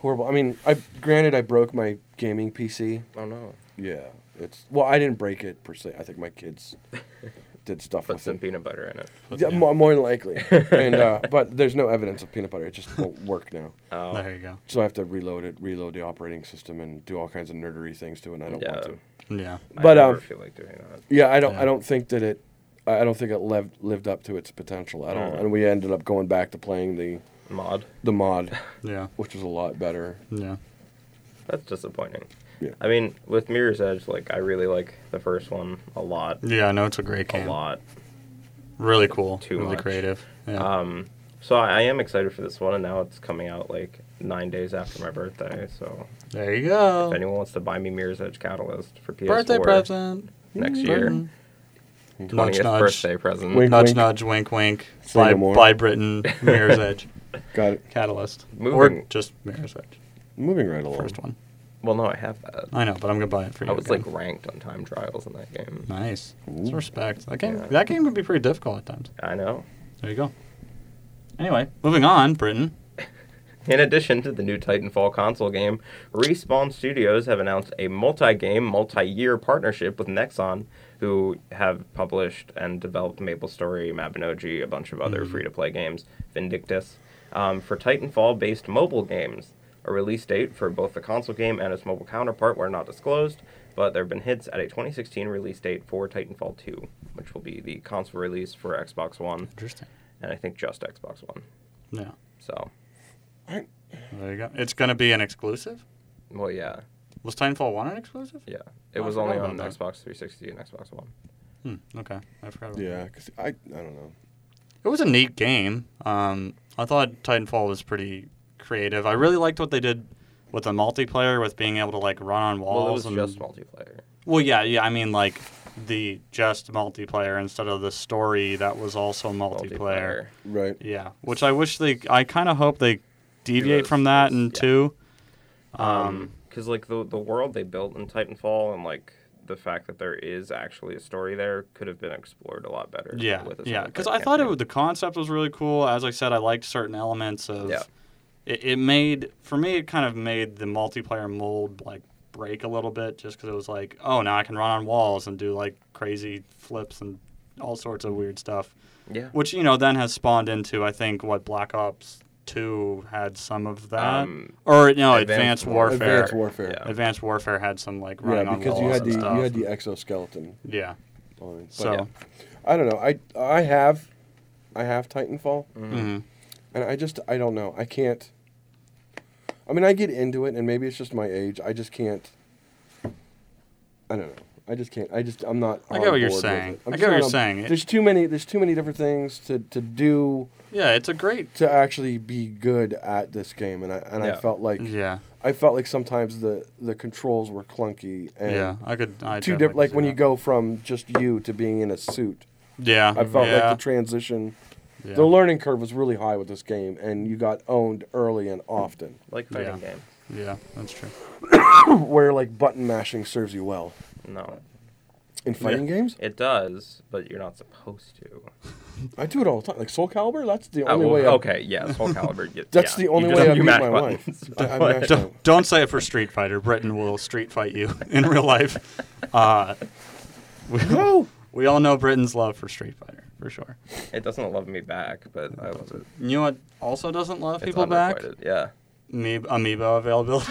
[SPEAKER 7] horrible. I mean, I granted I broke my gaming PC.
[SPEAKER 2] Oh no.
[SPEAKER 7] Yeah, it's well, I didn't break it per se. I think my kids did stuff
[SPEAKER 2] Put
[SPEAKER 7] with
[SPEAKER 2] some
[SPEAKER 7] it.
[SPEAKER 2] peanut butter in it.
[SPEAKER 7] Yeah, more, more than likely. and uh, but there's no evidence of peanut butter. It just won't work now.
[SPEAKER 2] Oh.
[SPEAKER 1] There you go.
[SPEAKER 7] So I have to reload it, reload the operating system, and do all kinds of nerdery things to it. And I don't
[SPEAKER 2] Yeah.
[SPEAKER 7] want to.
[SPEAKER 1] Yeah.
[SPEAKER 7] But,
[SPEAKER 2] I never
[SPEAKER 7] um,
[SPEAKER 2] feel like doing that.
[SPEAKER 7] Yeah, I don't.
[SPEAKER 1] Yeah.
[SPEAKER 7] I don't think that it. I I don't think it lived lived up to its potential at all.
[SPEAKER 2] Mm.
[SPEAKER 7] And we ended up going back to playing the
[SPEAKER 2] Mod.
[SPEAKER 7] the mod,
[SPEAKER 1] Yeah.
[SPEAKER 7] which was a lot better.
[SPEAKER 1] Yeah.
[SPEAKER 2] That's disappointing.
[SPEAKER 7] Yeah.
[SPEAKER 2] I mean, with Mirror's Edge, like I really like the first one a lot,
[SPEAKER 1] Yeah, I know it's a great
[SPEAKER 2] a
[SPEAKER 1] game.
[SPEAKER 2] lot.
[SPEAKER 1] Really cool.
[SPEAKER 2] Too
[SPEAKER 1] really
[SPEAKER 2] much.
[SPEAKER 1] creative. Yeah.
[SPEAKER 2] Um, so I, I am excited for this one, and now it's coming out like nine days after my birthday. So
[SPEAKER 1] there you
[SPEAKER 2] if
[SPEAKER 1] go.
[SPEAKER 2] anyone wants to buy me Mirror's Edge Catalyst for PS4
[SPEAKER 1] Oh. Birthday present. Mm-hmm.
[SPEAKER 2] next year,
[SPEAKER 1] Nudge,
[SPEAKER 2] twentieth
[SPEAKER 1] nudge.
[SPEAKER 2] birthday present,
[SPEAKER 7] Wink.
[SPEAKER 1] Nudge, nudge, wink, wink.
[SPEAKER 7] Say
[SPEAKER 1] By,
[SPEAKER 7] no more.
[SPEAKER 1] by Britain, Mirror's Edge,
[SPEAKER 7] Got it.
[SPEAKER 1] Catalyst. Or
[SPEAKER 2] Moving-
[SPEAKER 1] just Mirror's Edge,
[SPEAKER 7] Moving right along.
[SPEAKER 1] first one.
[SPEAKER 2] Well, no, I have that.
[SPEAKER 1] I know, but I'm going to buy it for you.
[SPEAKER 2] I was
[SPEAKER 1] again.
[SPEAKER 2] like ranked on time trials in that game.
[SPEAKER 1] nice. It's respect. That game,
[SPEAKER 2] Yeah.
[SPEAKER 1] that game can be pretty difficult at times.
[SPEAKER 2] I know.
[SPEAKER 1] There you go. Anyway, moving on, Britain.
[SPEAKER 2] In addition to the new Titanfall console game, Respawn Studios have announced a multi-game, multi-year partnership with Nexon, who have published and developed MapleStory, Mabinogi, a bunch of other free-to-play games, Vindictus, um, for Titanfall-based mobile games. A release date for both the console game and its mobile counterpart were not disclosed, but there have been hints at a 2016 release date for Titanfall 2, which will be the console release for Xbox One,
[SPEAKER 1] Interesting.
[SPEAKER 2] and I think just Xbox One.
[SPEAKER 1] Yeah.
[SPEAKER 2] So,
[SPEAKER 1] There you go. It's going to be an exclusive?
[SPEAKER 2] well, yeah.
[SPEAKER 1] Was Titanfall 1 an exclusive?
[SPEAKER 2] Yeah,
[SPEAKER 1] Oh,
[SPEAKER 2] it
[SPEAKER 1] I
[SPEAKER 2] was
[SPEAKER 1] forgot
[SPEAKER 2] only
[SPEAKER 1] about
[SPEAKER 2] on
[SPEAKER 1] that.
[SPEAKER 2] Xbox 360 and Xbox One.
[SPEAKER 1] Hmm, okay. I forgot about
[SPEAKER 7] Yeah, 'cause I I don't know.
[SPEAKER 1] It was a neat game. Um, I thought Titanfall was pretty creative. I really liked what they did with the multiplayer, with being able to like run on walls.
[SPEAKER 2] Well, it was
[SPEAKER 1] and,
[SPEAKER 2] just multiplayer.
[SPEAKER 1] Well, yeah, yeah. I mean, like the just multiplayer instead of the story that was also multiplayer.
[SPEAKER 2] Multiplayer.
[SPEAKER 7] Right.
[SPEAKER 1] Yeah, which I wish they. I kind of hope they deviate
[SPEAKER 2] Heroes,
[SPEAKER 1] from that
[SPEAKER 2] yes,
[SPEAKER 1] in
[SPEAKER 2] yeah.
[SPEAKER 1] two.
[SPEAKER 2] Um, because like the the world they built in Titanfall and like the fact that there is actually a story there could have been explored a lot better.
[SPEAKER 1] Yeah,
[SPEAKER 2] with a
[SPEAKER 1] yeah.
[SPEAKER 2] single
[SPEAKER 1] Because
[SPEAKER 2] player
[SPEAKER 1] I thought it
[SPEAKER 2] campaign.
[SPEAKER 1] was, the concept was really cool. As I said, I liked certain elements of.
[SPEAKER 2] Yeah.
[SPEAKER 1] It, it made for me. It kind of made the multiplayer mold like break a little bit, just because it was like, oh, now I can run on walls and do like crazy flips and all sorts of weird stuff,
[SPEAKER 2] yeah.
[SPEAKER 1] which you know then has spawned into I think what Black Ops Two had some of that,
[SPEAKER 2] Um,
[SPEAKER 1] or no,
[SPEAKER 2] Advanced
[SPEAKER 1] Advanced,
[SPEAKER 2] War-
[SPEAKER 1] Warfare.
[SPEAKER 7] Advanced warfare.
[SPEAKER 2] Yeah.
[SPEAKER 1] Advanced Warfare had some like
[SPEAKER 7] Yeah,
[SPEAKER 1] running on
[SPEAKER 7] because
[SPEAKER 1] walls
[SPEAKER 7] you had
[SPEAKER 1] and
[SPEAKER 7] the
[SPEAKER 1] stuff.
[SPEAKER 7] you had the exoskeleton.
[SPEAKER 1] yeah.
[SPEAKER 7] On it. But
[SPEAKER 1] So
[SPEAKER 7] I don't know. I I have, I have
[SPEAKER 2] Mm.
[SPEAKER 7] Titanfall,
[SPEAKER 1] mhm.
[SPEAKER 7] and I just I don't know. I can't. I mean, I get into it, and maybe it's just my age. I just can't. I don't know. I just can't. I just I'm not.
[SPEAKER 1] I
[SPEAKER 7] on
[SPEAKER 1] get what you're
[SPEAKER 7] board with
[SPEAKER 1] saying.
[SPEAKER 7] it. I'm
[SPEAKER 1] I get what
[SPEAKER 7] just not
[SPEAKER 1] you're
[SPEAKER 7] on-
[SPEAKER 1] saying. It-
[SPEAKER 7] There's too many. There's too many different things to to do
[SPEAKER 1] yeah, it's a great
[SPEAKER 7] to actually be good at this game, and I and I
[SPEAKER 2] Yeah.
[SPEAKER 7] felt like
[SPEAKER 1] yeah.
[SPEAKER 7] I felt like sometimes the the controls were clunky and.
[SPEAKER 1] Yeah, I could. I
[SPEAKER 7] Two
[SPEAKER 1] definitely
[SPEAKER 7] diff- like
[SPEAKER 1] could
[SPEAKER 7] when
[SPEAKER 1] see
[SPEAKER 7] you
[SPEAKER 1] that.
[SPEAKER 7] go from just you to being in a suit.
[SPEAKER 1] Yeah,
[SPEAKER 7] I felt
[SPEAKER 1] yeah,
[SPEAKER 7] like the transition,
[SPEAKER 1] yeah.
[SPEAKER 7] the learning curve was really high with this game, and you got owned early and often.
[SPEAKER 2] like fighting
[SPEAKER 1] yeah.
[SPEAKER 2] game.
[SPEAKER 1] yeah, that's true.
[SPEAKER 7] Where like button mashing serves you well
[SPEAKER 2] No,
[SPEAKER 7] in fighting games.
[SPEAKER 2] it does, but you're not supposed to.
[SPEAKER 7] I do it all the time. Like Soul Calibur, that's the
[SPEAKER 2] Oh,
[SPEAKER 7] only
[SPEAKER 2] well,
[SPEAKER 7] way. I,
[SPEAKER 2] okay, yeah, Soul Calibur. y-
[SPEAKER 7] that's
[SPEAKER 2] yeah,
[SPEAKER 7] the only
[SPEAKER 2] you
[SPEAKER 7] way
[SPEAKER 2] just-
[SPEAKER 7] I
[SPEAKER 2] you
[SPEAKER 7] beat
[SPEAKER 2] mash
[SPEAKER 7] my
[SPEAKER 2] buttons.
[SPEAKER 7] wife. I, I mashed out.
[SPEAKER 1] Don't, don't say it for Street Fighter. Britain will street fight you in real life. Uh, we,
[SPEAKER 7] No.
[SPEAKER 1] we all know Britain's love for Street Fighter for sure.
[SPEAKER 2] It doesn't love me back, but I love it.
[SPEAKER 1] You know what also doesn't love
[SPEAKER 2] It's
[SPEAKER 1] people back?
[SPEAKER 2] unrequited, Yeah,
[SPEAKER 1] Me- amiibo availability,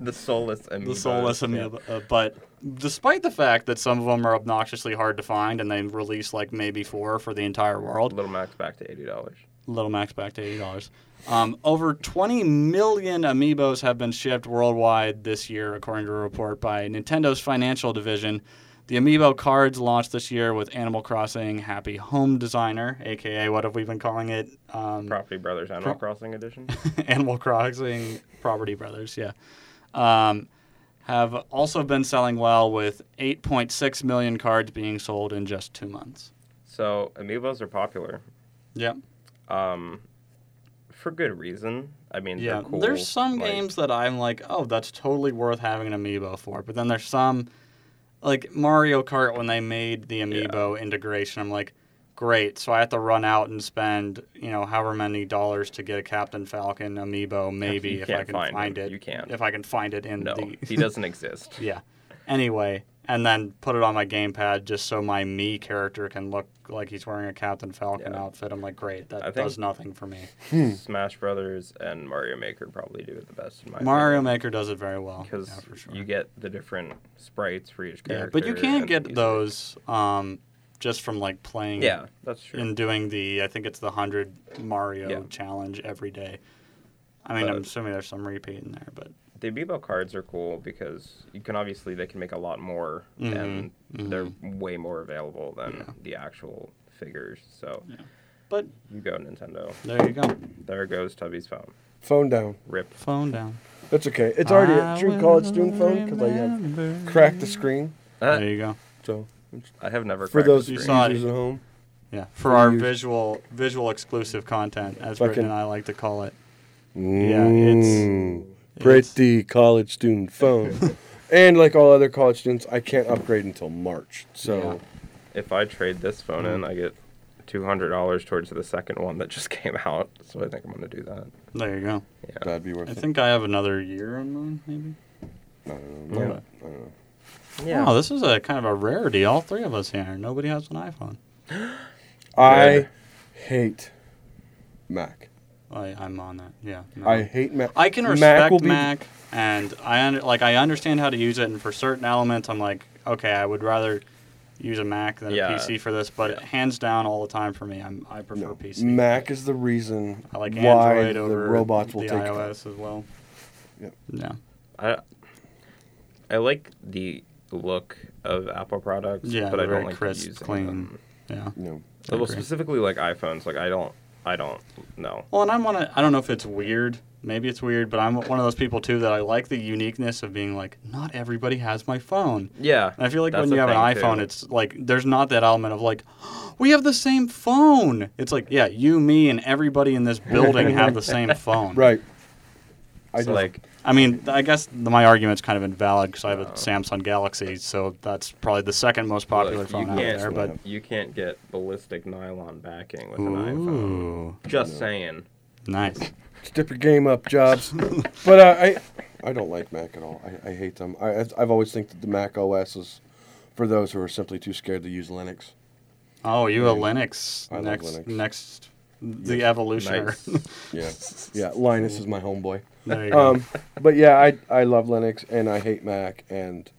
[SPEAKER 2] the soulless amiibo.
[SPEAKER 1] the soulless amiibo. Uh, but despite the fact that some of them are obnoxiously hard to find, and they release like maybe four for the entire world,
[SPEAKER 2] Little Max back to eighty dollars.
[SPEAKER 1] Little Max back to eighty dollars. Um, over 20 million amiibos have been shipped worldwide this year, according to a report by Nintendo's financial division. The amiibo cards launched this year with Animal Crossing Happy Home Designer, aka what have we been calling it? Um,
[SPEAKER 2] Property Brothers Animal Crossing Edition.
[SPEAKER 1] Animal Crossing Property Brothers, yeah. Um, have also been selling well with 8.6 million cards being sold in just two months.
[SPEAKER 2] So amiibos are popular
[SPEAKER 1] Yep.
[SPEAKER 2] um, for good reason. I mean,
[SPEAKER 1] Yeah,
[SPEAKER 2] they're cool.
[SPEAKER 1] there's some
[SPEAKER 2] like-
[SPEAKER 1] games that I'm like, oh, that's totally worth having an amiibo for. But then there's some, like Mario Kart when they made the amiibo integration. I'm like, great. So I have to run out and spend you know however many dollars to get a Captain Falcon amiibo, maybe
[SPEAKER 2] you
[SPEAKER 1] if
[SPEAKER 2] can't
[SPEAKER 1] I can
[SPEAKER 2] find
[SPEAKER 1] find,
[SPEAKER 2] him.
[SPEAKER 1] it.
[SPEAKER 2] You can't.
[SPEAKER 1] If I can find it in
[SPEAKER 2] No,
[SPEAKER 1] the
[SPEAKER 2] he doesn't exist.
[SPEAKER 1] yeah. Anyway, and then put it on my gamepad just so my me character can look like he's wearing a Captain Falcon
[SPEAKER 2] Yeah.
[SPEAKER 1] outfit. I'm like, great. That
[SPEAKER 2] I think-
[SPEAKER 1] does nothing for me.
[SPEAKER 2] Smash Brothers and Mario Maker probably do it the best in my
[SPEAKER 1] Mario Maker does it very well.
[SPEAKER 2] because
[SPEAKER 1] yeah, for sure.
[SPEAKER 2] you get the different sprites for each
[SPEAKER 1] Yeah,
[SPEAKER 2] character.
[SPEAKER 1] but you can
[SPEAKER 2] and
[SPEAKER 1] get
[SPEAKER 2] these-
[SPEAKER 1] those um, just from like playing.
[SPEAKER 2] Yeah, that's true.
[SPEAKER 1] And doing the, I think it's the 100 Mario
[SPEAKER 2] Yeah.
[SPEAKER 1] challenge every day. I mean, I'm
[SPEAKER 2] But-
[SPEAKER 1] assuming there's some repeat in there, but
[SPEAKER 2] the amiibo cards are cool because you can obviously they can make a lot more
[SPEAKER 1] Mm-hmm,
[SPEAKER 2] and they're way more available than the actual figures. So
[SPEAKER 1] but
[SPEAKER 2] you go Nintendo.
[SPEAKER 1] there you go.
[SPEAKER 2] There goes Tubby's phone.
[SPEAKER 7] Phone down.
[SPEAKER 2] Rip.
[SPEAKER 1] Phone down.
[SPEAKER 7] That's okay. It's already
[SPEAKER 1] I
[SPEAKER 7] a true college student
[SPEAKER 1] will
[SPEAKER 7] phone because I have
[SPEAKER 1] remember.
[SPEAKER 7] cracked the screen.
[SPEAKER 1] There you go.
[SPEAKER 7] So
[SPEAKER 2] I have never
[SPEAKER 7] for
[SPEAKER 2] cracked
[SPEAKER 7] those
[SPEAKER 2] a
[SPEAKER 1] You
[SPEAKER 7] users
[SPEAKER 2] screen.
[SPEAKER 1] saw it.
[SPEAKER 7] at home,
[SPEAKER 1] Yeah, for our
[SPEAKER 7] Huge.
[SPEAKER 1] visual visual exclusive content, as
[SPEAKER 7] Fucking-
[SPEAKER 1] Britton and I like to call it. Yeah, it's
[SPEAKER 7] Mm, pretty college student phone. and like all other college students, I can't upgrade until March. So
[SPEAKER 2] If I trade this phone in, I get two hundred dollars towards the second one that just came out. So I think I'm gonna do that.
[SPEAKER 1] there you go.
[SPEAKER 7] that'd be worth
[SPEAKER 1] I
[SPEAKER 7] it.
[SPEAKER 1] think I have another year on mine, maybe.
[SPEAKER 2] Yeah.
[SPEAKER 1] Yeah. Wow, this is a kind of a rarity. All three of us here. Nobody has an iPhone.
[SPEAKER 7] I hate Mac.
[SPEAKER 1] I, I'm on that. Oh, Yeah. no.
[SPEAKER 7] I hate Mac.
[SPEAKER 1] I can
[SPEAKER 7] Mac
[SPEAKER 1] respect
[SPEAKER 7] will
[SPEAKER 1] Mac,
[SPEAKER 7] be-
[SPEAKER 1] and I under, like I understand how to use it, and for certain elements, I'm like, okay, I would rather use a Mac than
[SPEAKER 2] Yeah.
[SPEAKER 1] a PC for this. But hands down, all the time for me, I'm I prefer
[SPEAKER 7] No,
[SPEAKER 1] PC.
[SPEAKER 7] Mac is the reason
[SPEAKER 1] I like
[SPEAKER 7] why
[SPEAKER 1] Android
[SPEAKER 7] the
[SPEAKER 1] over
[SPEAKER 7] robots will
[SPEAKER 1] the
[SPEAKER 7] take
[SPEAKER 1] iOS
[SPEAKER 7] that.
[SPEAKER 1] as well.
[SPEAKER 7] Yep.
[SPEAKER 1] Yeah.
[SPEAKER 2] I I like the look of Apple products,
[SPEAKER 1] Yeah,
[SPEAKER 2] but
[SPEAKER 1] they're
[SPEAKER 2] I don't
[SPEAKER 1] very
[SPEAKER 2] like
[SPEAKER 1] crisp,
[SPEAKER 2] using
[SPEAKER 1] clean.
[SPEAKER 2] them.
[SPEAKER 1] Yeah.
[SPEAKER 7] No.
[SPEAKER 1] I
[SPEAKER 2] Well,
[SPEAKER 1] agree.
[SPEAKER 2] specifically like iPhones, like I don't, I don't know.
[SPEAKER 1] Well, and I'm one. Of, I don't know if it's weird. Maybe it's weird, but I'm one of those people too that I like the uniqueness of being like, not everybody has my phone.
[SPEAKER 2] Yeah,
[SPEAKER 1] And I feel like
[SPEAKER 2] that's
[SPEAKER 1] when
[SPEAKER 2] the
[SPEAKER 1] you have an
[SPEAKER 2] thing,
[SPEAKER 1] iPhone,
[SPEAKER 2] too.
[SPEAKER 1] it's like there's not that element of like, we have the same phone. It's like, yeah, you, me, and everybody in this building have the same phone.
[SPEAKER 7] Right. I
[SPEAKER 2] So,
[SPEAKER 7] just,
[SPEAKER 2] like
[SPEAKER 1] I mean, I guess the, my argument's kind of invalid because I have a Samsung Galaxy, so that's probably the second most popular
[SPEAKER 2] look,
[SPEAKER 1] phone out
[SPEAKER 2] can't-
[SPEAKER 1] there. But
[SPEAKER 2] you can't get ballistic nylon backing with an iPhone. Just saying.
[SPEAKER 1] nice.
[SPEAKER 7] step your game up, Jobs. but uh, I, I don't like Mac at all. I, I hate them. I, I've always think that the Mac OS is for those who are simply too scared to use Linux.
[SPEAKER 1] Oh, you a Linux
[SPEAKER 7] I love
[SPEAKER 1] next
[SPEAKER 7] Linux.
[SPEAKER 1] next the evolutioner.
[SPEAKER 2] Nice.
[SPEAKER 7] Yeah, yeah. Linus is my homeboy.
[SPEAKER 1] there you go.
[SPEAKER 7] Um, but yeah, I I love Linux and I hate Mac and